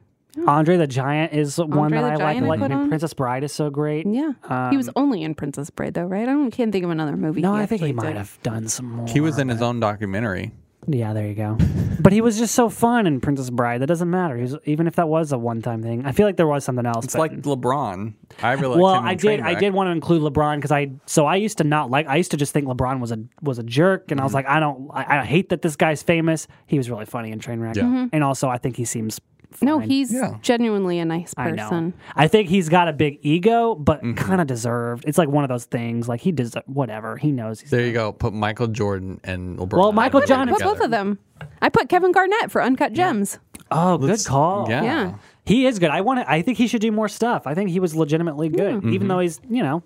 S2: Andre the Giant is one
S1: Andre
S2: that
S1: the
S2: I like.
S1: Giant I
S2: Like, I
S1: put
S2: mean,
S1: on.
S2: Princess Bride is so great.
S1: yeah, he was only in Princess Bride though, right? I don't, can't think of another movie.
S2: No, I think he
S1: actually
S2: might
S1: did.
S2: have done some more.
S3: He was in his own documentary.
S2: Yeah, there you go. but he was just so fun in Princess Bride. That doesn't matter. He was, even if that was a one-time thing, I feel like there was something else.
S3: It's
S2: but-
S3: like LeBron. I really
S2: well,
S3: liked him in
S2: I did. I
S3: Trainwreck.
S2: did want to include LeBron because I. So I used to not like. I used to just think LeBron was a was a jerk, and
S3: Mm-hmm.
S2: I was like, I don't. I, I hate that this guy's famous. He was really funny in Trainwreck,
S3: Yeah. Mhm.
S2: and also I think he seems. Fine.
S1: No, he's
S3: Yeah.
S1: genuinely a nice
S2: I
S1: person.
S2: know. I think he's got a big ego, but
S3: Mm-hmm.
S2: kind of deserved. It's like one of those things. Like he deserves whatever. He knows. He's,
S3: There you go. Put Michael Jordan and LeBron.
S2: Well, Michael John-
S1: Put both of them. I put Kevin Garnett for Uncut Gems.
S2: oh, good call.
S3: Yeah.
S1: Yeah.
S2: He is good. I want. I think he should do more stuff. I think he was legitimately good,
S1: Hmm. Mm-hmm.
S2: even though he's you know,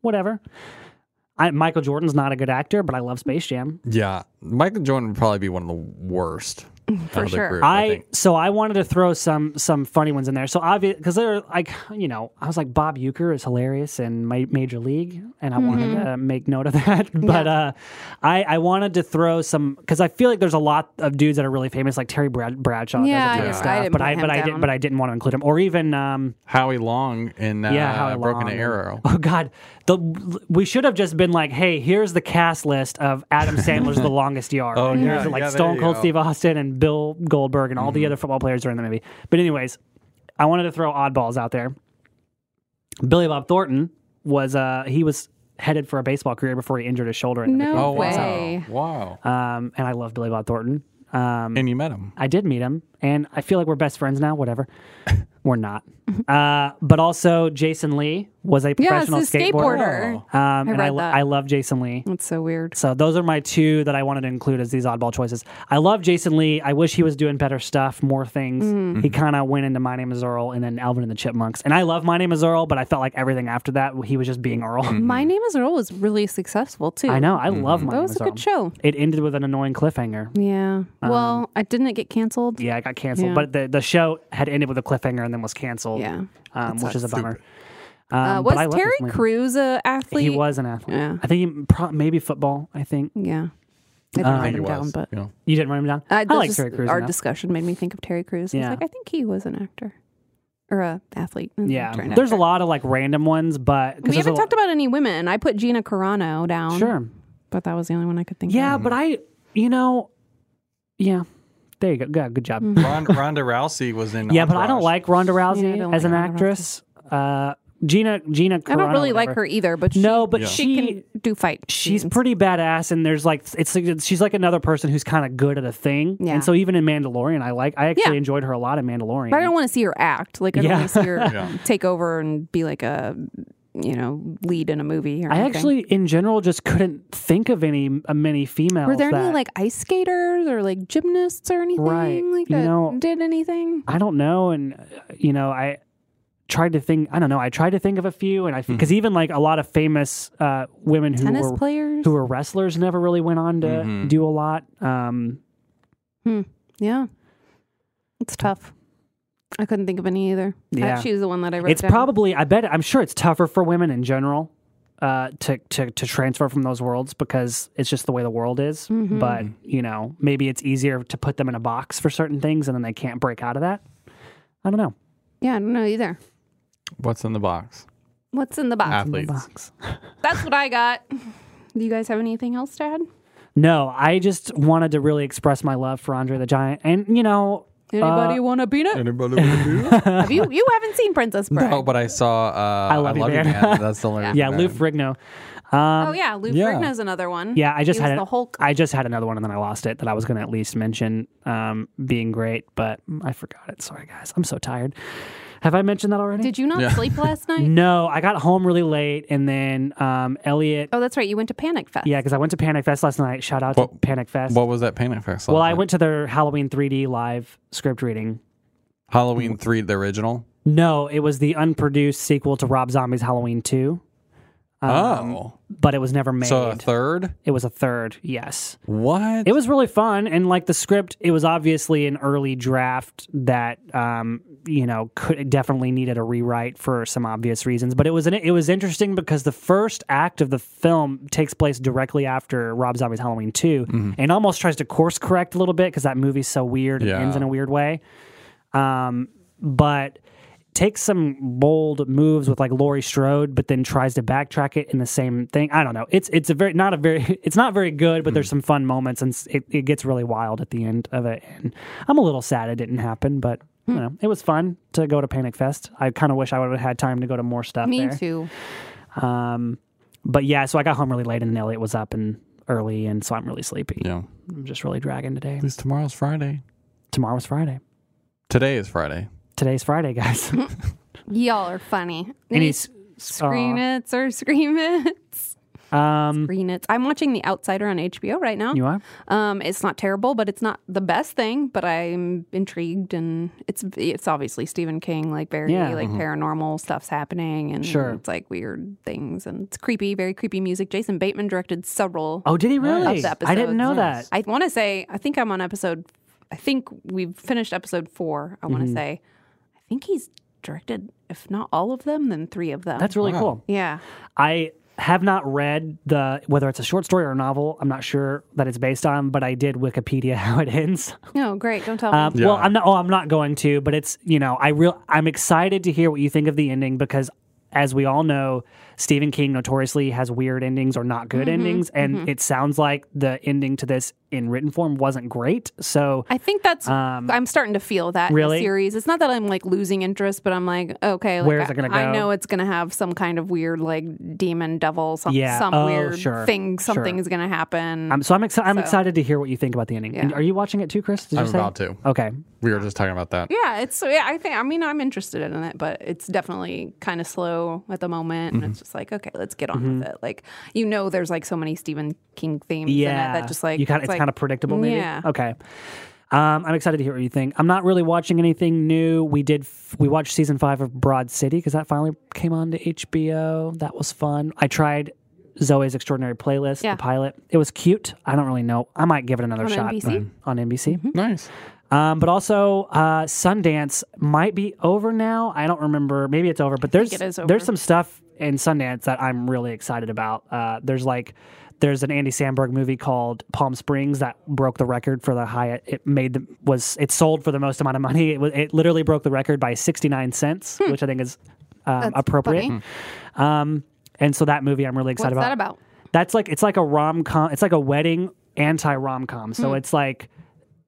S2: whatever. I, Michael Jordan's not a good actor, but I love Space Jam.
S3: Yeah. Michael Jordan would probably be one of the worst. For
S1: sure.
S3: I,
S2: I
S3: think.
S2: so I wanted to throw some some funny ones in there. So obvious because they're like you know I was like Bob Euchre is hilarious in my Major League, and I
S1: Mm-hmm.
S2: wanted to make note of that. But uh, I I wanted to throw some because I feel like there's a lot of dudes that are really famous like Terry Brad, Bradshaw.
S1: Yeah,
S2: does a ton
S1: I
S2: of
S1: didn't- I
S2: stuff,
S1: didn't
S2: but
S1: put
S2: I
S1: him
S2: but I did,
S1: down.
S2: but I didn't want to include him or even um,
S3: Howie Long in uh,
S2: yeah Howie
S3: Broken
S2: Long and-
S3: Arrow.
S2: Oh God, the we should have just been like, hey, here's the cast list of Adam Sandler's The Longest Yard.
S3: Oh,
S2: and
S3: yeah,
S2: here's like
S3: yeah, there
S2: Stone
S3: you
S2: Cold
S3: go. Mm-hmm.
S2: Steve Austin and Bill Goldberg and all the other football players are in the movie. But anyways, I wanted to throw oddballs out there. Billy Bob Thornton was uh he was headed for a baseball career before he injured his shoulder. and
S1: No
S3: Oh
S1: way.
S3: wow. Wow.
S2: Um, and I love Billy Bob Thornton. Um,
S3: And you met him.
S2: I did meet him, and I feel like we're best friends now. Whatever, we're not. Uh, but also, Jason Lee was a
S1: Yeah, it's a
S2: professional skateboarder.
S1: skateboarder.
S2: Um, and I,
S1: read
S2: lo-
S1: that.
S2: I love Jason Lee.
S1: That's so weird.
S2: So those are my two that I wanted to include as these oddball choices. I love Jason Lee. I wish he was doing better stuff, more things.
S1: Mm-hmm.
S2: He kind of went into My Name Is Earl and then Alvin and the Chipmunks. And I love My Name Is Earl, but I felt like everything after that he was just being Earl.
S1: My Name Is Earl was really successful too.
S2: I know. I love My
S1: that
S2: Name
S1: was
S2: Is
S1: a
S2: Earl.
S1: good show.
S2: It ended with an annoying cliffhanger.
S1: Yeah. well, I didn't it get canceled.
S2: Um, Yeah, it got canceled.
S1: Yeah.
S2: But the, the show had ended with a cliffhanger and then was canceled.
S1: Yeah.
S2: um, which is a bummer.
S1: Uh,
S2: Um, but I
S1: was
S2: love
S1: Terry
S2: Jason Lee.
S1: Crews a athlete?
S2: He was an athlete.
S1: Yeah.
S2: I think he pro- maybe football. I think
S1: Yeah. I didn't write him down, but
S3: you know.
S2: you didn't write him down.
S1: Uh,
S2: Ah, I
S1: that's
S2: like
S1: just-
S2: Terry Crews.
S1: Our
S2: enough.
S1: discussion made me think of Terry Crews. I
S2: Yeah.
S1: was like, I think he was an actor or a athlete.
S2: yeah, there's a lot of like random ones, but
S1: We
S2: 'cause there's a
S1: haven't talked about any women. I put Gina Carano down.
S2: Sure.
S1: But that was the only one I could think of.
S2: Yeah, but I, you know, yeah. There you go. Yeah, good job.
S3: Ron, Ronda Rousey was in.
S2: Yeah, but I don't
S3: Entourage.
S2: like Ronda
S1: Mm-hmm. Yeah, I
S2: Rousey
S1: don't
S2: as
S1: like
S2: an
S1: Ronda
S2: actress. Uh, Gina Gina.
S1: I don't
S2: Carano,
S1: really like
S2: whatever.
S1: her either, but she,
S2: No,
S1: she,
S2: but she-
S1: can do fight.
S2: she's
S1: scenes.
S2: pretty badass and there's like it's like she's like another person who's kind of good at a thing
S1: Yeah.
S2: and so even in mandalorian i like i actually
S1: Yeah.
S2: enjoyed her a lot in mandalorian
S1: But I don't want to see her act. Like I don't
S2: Yeah.
S1: want to see her
S3: Yeah.
S1: take over and be like a you know lead in a movie. Or
S2: I
S1: anything.
S2: actually in general just couldn't think of any uh, many females
S1: were there any
S2: that-
S1: like ice skaters or like gymnasts or anything
S2: Right.
S1: like
S2: You
S1: that
S2: know-
S1: did anything?
S2: i don't know and uh, you know i tried to think i don't know i tried to think of a few and i because even like a lot of famous uh women who
S1: Tennis
S2: were
S1: players.
S2: who were wrestlers never really went on to do a lot um
S1: yeah, it's tough. I couldn't think of any either.
S2: Yeah.
S1: I, she was the one that I wrote.
S2: it's
S1: down.
S2: probably i bet i'm sure it's tougher for women in general uh, to, to to transfer from those worlds because it's just the way the world is
S1: Mm-hmm.
S2: but you know maybe it's easier to put them in a box for certain things and then they can't break out of that i don't know
S1: yeah. I don't know either.
S3: What's in the box?
S1: What's in the box?
S3: Athletes.
S2: box
S1: That's what I got. Do you guys have anything else to add?
S2: no i just wanted to really express my love for andre the giant and you know
S1: Anybody want a peanut? Have you you haven't seen Princess Bride?
S3: Oh, but I saw. Uh, I
S2: Love You, Man.
S3: That's the only. reason
S2: yeah
S3: I-
S2: lou frigno
S1: oh yeah, Lou
S3: yeah.
S1: Ferrigno's another one.
S2: Um, yeah i just
S1: He
S2: had
S1: was
S2: an-
S1: the Hulk.
S2: i just had another one and then i lost it that i was going to at least mention um, being great but i forgot it sorry guys i'm so tired have i mentioned that already
S1: Did you not sleep last night?
S2: No, I got home really late, and then um, Elliot.
S1: Oh, that's right. You went to Panic Fest.
S2: Yeah, because I went to Panic Fest last night. Shout out to
S3: What-
S2: Panic Fest.
S3: What was that Panic Fest?
S2: well,
S3: last
S2: I
S3: night?
S2: went to their Halloween 3D live script reading.
S3: Halloween three, the original.
S2: No, it was the unproduced sequel to Rob Zombie's Halloween 2.
S3: oh,
S2: but it was never made.
S3: so uh, a third?
S2: it was a third, yes.
S3: What?
S2: It was really fun, and like the script, it was obviously an early draft that um, you know could definitely needed a rewrite for some obvious reasons. But it was an, it was interesting because the first act of the film takes place directly after Rob Zombie's Halloween 2 and almost tries to course correct a little bit because that movie's so weird and
S3: Yeah.
S2: ends in a weird way. Um, but takes some bold moves with like Laurie Strode, but then tries to backtrack it in the same thing. I don't know. It's it's a very not a very it's not very good, but there's
S1: Hmm.
S2: some fun moments and s- it, it gets really wild at the end of it. And I'm a little sad it didn't happen, but
S1: Hmm.
S2: you know it was fun to go to Panic Fest. I kind of wish I would have had time to go to more stuff
S1: Me
S2: there.
S1: too.
S2: Um, but yeah, so I got home really late and Elliot was up and early, and so I'm really sleepy.
S3: yeah. At
S2: I'm just really dragging today.
S3: least tomorrow's Friday.
S2: Tomorrow's Friday.
S3: Today is Friday.
S2: Today's Friday, guys.
S1: Y'all are funny.
S2: Any s-
S1: screen its or scream its.
S2: oh, um,
S1: Screen its. I'm watching The Outsider on HBO right now.
S2: you are.
S1: Um, it's not terrible, but it's not the best thing. But I'm intrigued, and it's it's obviously Stephen King, like very
S2: Yeah.
S1: like paranormal stuff's happening, and
S2: Sure.
S1: it's like weird things, and it's creepy, very creepy music. Jason Bateman directed several.
S2: Oh, did he really?
S1: Of the
S2: I
S1: episodes,
S2: didn't know
S3: yes.
S2: that.
S1: I want to say I think I'm on episode. I think we've finished episode four. I want
S2: Mm-hmm.
S1: to say, I think he's directed if not all of them, then three of them.
S2: That's really
S3: Wow.
S2: cool.
S1: yeah.
S2: I have not read the whether it's a short story or a novel. I'm not sure that it's based on, but I did Wikipedia how it ends.
S1: No, great. Don't tell
S2: Um,
S1: me.
S2: Well, I'm not. Oh, I'm not going to. But it's you know, I real. I'm excited to hear what you think of the ending because, as we all know, Stephen King notoriously has weird endings or not good endings, and it sounds like the ending to this in written form wasn't great. So
S1: I think that's.
S2: Um,
S1: I'm starting to feel that
S2: Really?
S1: in the series. It's not that I'm like losing interest, but I'm like, okay, like,
S2: Where is
S1: I,
S2: it gonna
S1: I
S2: go?
S1: know it's gonna have some kind of weird, like demon, devil, some,
S2: Yeah.
S1: some
S2: Oh,
S1: weird
S2: sure.
S1: thing.
S2: Sure.
S1: Something's gonna happen.
S2: I'm so I'm excited. I'm excited to hear what you think about the ending.
S1: Yeah.
S2: And Are you watching it too, Chris? Did you
S3: I'm
S2: say?
S3: about to.
S2: Okay.
S3: We were just talking about that.
S1: yeah, it's yeah. I think I mean I'm interested in it, but it's definitely kind of slow at the moment, and
S2: Mm-hmm.
S1: it's just like okay, let's get on with it. Like you know, there's like so many Stephen King themes
S2: yeah
S1: in it that just like
S2: you kind of,
S1: it's
S2: it's
S1: like,
S2: kind of predictable maybe
S1: Yeah.
S2: okay um, I'm excited to hear what you think. I'm not really watching anything new. We did f- we watched season five of Broad City because that finally came on to HBO. That was fun. I tried Zoe's Extraordinary Playlist,
S1: Yeah.
S2: the pilot. It was cute. I don't really know. I might give it another
S1: On
S2: shot
S1: NBC?
S2: um, on NBC.
S1: Mm-hmm.
S3: Nice.
S2: Um, but also uh, Sundance might be over now. I don't remember. Maybe it's over. But there's
S1: it is over.
S2: there's some stuff in Sundance that I'm really excited about. Uh, there's like there's an Andy Samberg movie called Palm Springs that broke the record for the high it made the, was it sold for the most amount of money. It was it literally broke the record by 69 cents, which I think is um, appropriate.
S1: Hmm. funny.
S2: Um, and so that movie I'm really
S1: what's
S2: excited
S1: that
S2: about.
S1: about?
S2: That's like it's like a rom com. It's like a wedding anti rom com. So it's like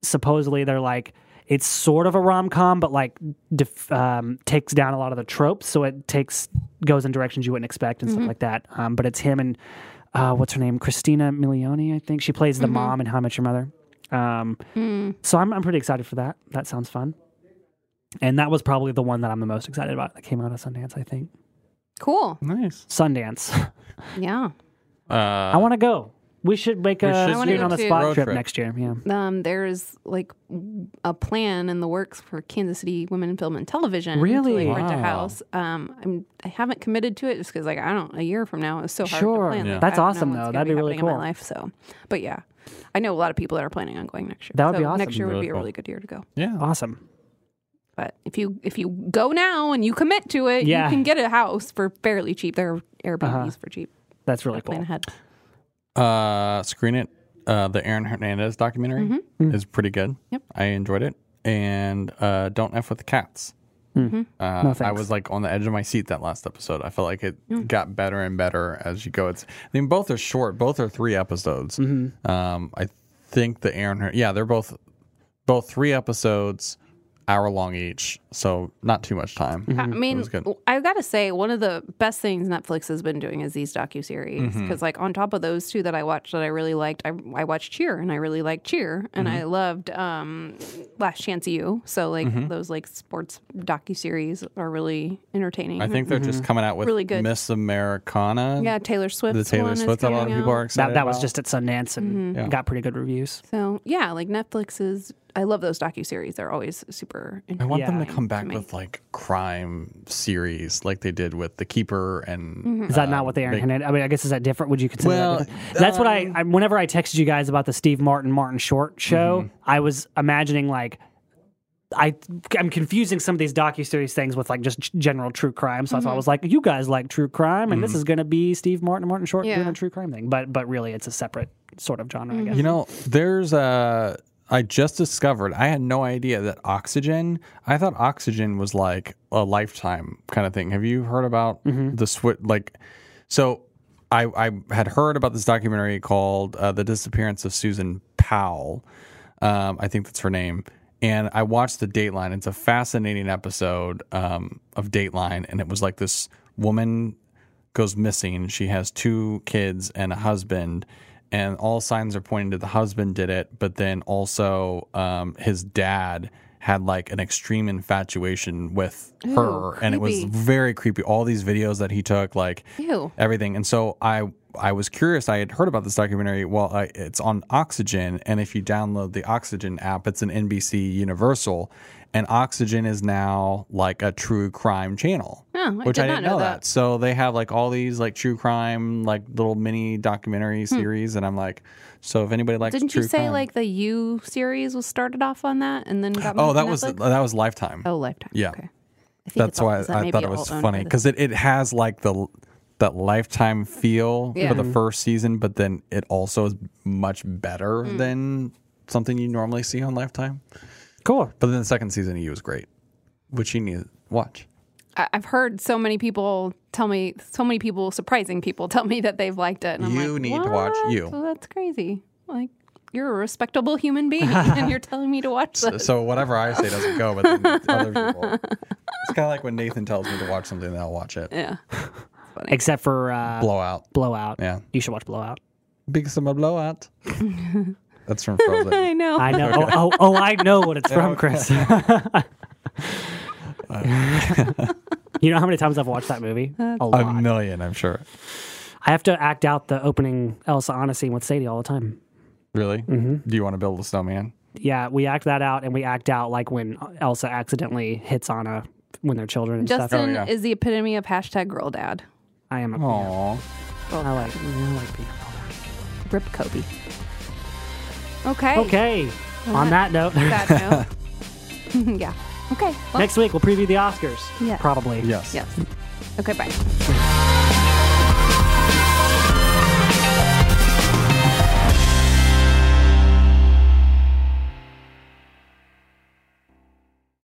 S2: supposedly they're like it's sort of a rom com, but like def- um, takes down a lot of the tropes. So it takes goes in directions you wouldn't expect and stuff like that. Um, but it's him and uh, what's her name, Christina Milioni, I think she plays the mom in How I Met Your Mother. Um, So I'm I'm pretty excited for that. That sounds fun. And that was probably the one that I'm the most excited about that came out of Sundance. I think
S1: Cool.
S3: Nice.
S2: Sundance.
S1: Yeah.
S2: I
S3: Uh,
S2: want to go. We should make
S3: We should
S2: a
S3: I wanna
S2: screen
S1: go
S2: on the
S1: too.
S2: spot
S3: Road
S2: trip,
S3: trip.
S2: next year. Yeah.
S1: um, there is like a plan in the works for Kansas City Women in Film and Television.
S2: Really?
S1: to, like, rent a
S3: Wow.
S1: house. Um, I'm I haven't committed to it just because like I don't a year from now it's so hard
S2: Sure.
S1: to plan.
S2: Yeah.
S1: Like,
S2: That's
S1: I don't know
S2: awesome,
S1: what's
S2: though.
S1: gonna
S2: That'd be really
S1: happening In
S2: cool.
S1: my life, so but yeah, I know a lot of people that are planning on going next year.
S2: That would
S1: So
S2: be awesome.
S1: Next year would
S3: Really
S1: be a
S3: cool.
S1: really good year to go.
S3: yeah.
S2: Awesome.
S1: But if you if you go now and you commit to it,
S2: Yeah. Uh-huh.
S1: you can get a house for fairly cheap. There are Airbnbs for cheap.
S2: That's really
S1: Plan
S2: cool.
S1: ahead.
S3: Uh, screen it. Uh, the Aaron Hernandez documentary is pretty good.
S1: Mm-hmm. Yep.
S3: I enjoyed it. And uh, don't f with the cats.
S1: Mm-hmm.
S3: Uh, I
S2: thanks.
S3: was like on the edge of my seat that last episode. I felt like it got better and better as you go. It's I mean both are short. Both are three episodes.
S1: Mm-hmm.
S3: Um, I think the Aaron. Her- yeah, they're both both three episodes, hour long each. So not too much time.
S1: I mean,
S3: Mm, was good.
S1: I've got to say, one of the best things Netflix has been doing is these docu series.
S3: Mm-hmm.
S1: Because, like, on top of those two that I watched that I really liked, I, I watched Cheer and I really liked Cheer, and
S3: Mm-hmm.
S1: I loved um, Last Chance You. So, like, those like sports docu series are really entertaining.
S3: I think they're just coming out with
S1: Mm-hmm. Really good.
S3: Miss Americana.
S1: yeah, Taylor Swift.
S3: the Taylor Swift. A lot of people are excited.
S2: That, that was
S3: about.
S2: just at Sundance and
S3: Yeah.
S2: got pretty good reviews.
S1: So yeah, like Netflix is I love those docu series. They're always super.
S3: I want them to
S1: interesting
S3: come back
S1: me.
S3: with like crime series, like they did with The Keeper and
S2: Is that not what they are? in I mean, I guess is that different? Would you consider
S3: Uh, Well, um,
S2: that different? That's what I, I. Whenever I texted you guys about the Steve Martin Martin Short show,
S3: Mm-hmm.
S2: I was imagining like. I I'm confusing some of these docuseries things with like just g- general true crime.
S3: Mm-hmm.
S2: So that's why I was like, you guys like true crime, and this is going to be Steve Martin and Martin Short doing
S1: Yeah.
S2: a true crime thing. But but really, it's a separate sort of genre, I guess.
S3: You know, there's a. I just discovered. I had no idea that oxygen. I thought oxygen was like a lifetime kind of thing. Have you heard about the switch? Like, so I I had heard about this documentary called uh, "The Disappearance of Susan Powell." Um, I think that's her name. And I watched the Dateline. It's a fascinating episode um, of Dateline, and it was like this woman goes missing. She has two kids and a husband, and all signs are pointing to the husband did it. But then also, um, his dad had like an extreme infatuation with her, and it was
S1: creepy.
S3: very creepy. All these videos that he took, like
S1: Ew.
S3: everything. And so I I was curious. I had heard about this documentary. Well, I, it's on Oxygen, and if you download the Oxygen app, it's an NBC Universal, and Oxygen is now like a true crime channel,
S1: Oh, I
S3: which
S1: did
S3: I
S1: not
S3: didn't
S1: know
S3: know
S1: that.
S3: that. So they have like all these like true crime like little mini documentary series, and I'm like, so if anybody likes,
S1: Hmm. Didn't
S3: true
S1: you say
S3: crime-
S1: like the You series was started off on that and then got
S3: Oh,
S1: moved to
S3: that was
S1: Netflix?
S3: that was Lifetime.
S1: oh Lifetime.
S3: Yeah.
S1: Okay. I think
S3: That's
S1: it's all-
S3: why
S1: is that
S3: I
S1: maybe
S3: thought it
S1: all
S3: was
S1: owned by
S3: funny
S1: the-
S3: because it, it has like the that lifetime feel
S1: Yeah.
S3: for the first season, but then it also is much better
S1: Mm.
S3: than something you normally see on Lifetime.
S2: Cool.
S3: But then the second season he was great, which you need to watch.
S1: I- I've heard so many people tell me, so many people, surprising people, tell me that they've liked it. And I'm
S3: You
S1: like,
S3: need to watch
S1: "What?
S3: You."
S1: Well, that's crazy. Like, you're a respectable human being and you're telling me to watch
S3: So,
S1: this.
S3: so whatever I say doesn't go, but then other people. It's kind of like when Nathan tells me to watch something, then I'll watch it.
S1: Yeah.
S2: Except for uh,
S3: Blowout,
S2: Blowout.
S3: Yeah.
S2: You should watch Blowout.
S3: big summer blowout. That's from Frozen.
S1: I know.
S2: I know. Oh, oh, oh, I know what it's from, Chris. you know how many times I've watched that movie? A
S3: A
S2: lot.
S3: million, I'm sure.
S2: I have to act out the opening Elsa Anna scene with Sadie all the time.
S3: Really? Do you want to build a snowman?
S2: Yeah, we act that out, and we act out like when Elsa accidentally hits Anna when they're children and stuff.
S1: Justin
S3: Oh, yeah.
S1: is the epitome of hashtag girl dad.
S2: I am.
S3: Oh.
S2: A,
S3: Aww.
S2: I like. I like being.
S1: Rip Kobe. Okay.
S2: Okay. On that note,
S1: That note. yeah. Okay. Well,
S2: next week we'll preview the Oscars.
S1: Yeah.
S2: Probably.
S3: Yes.
S1: Yes. Okay, bye.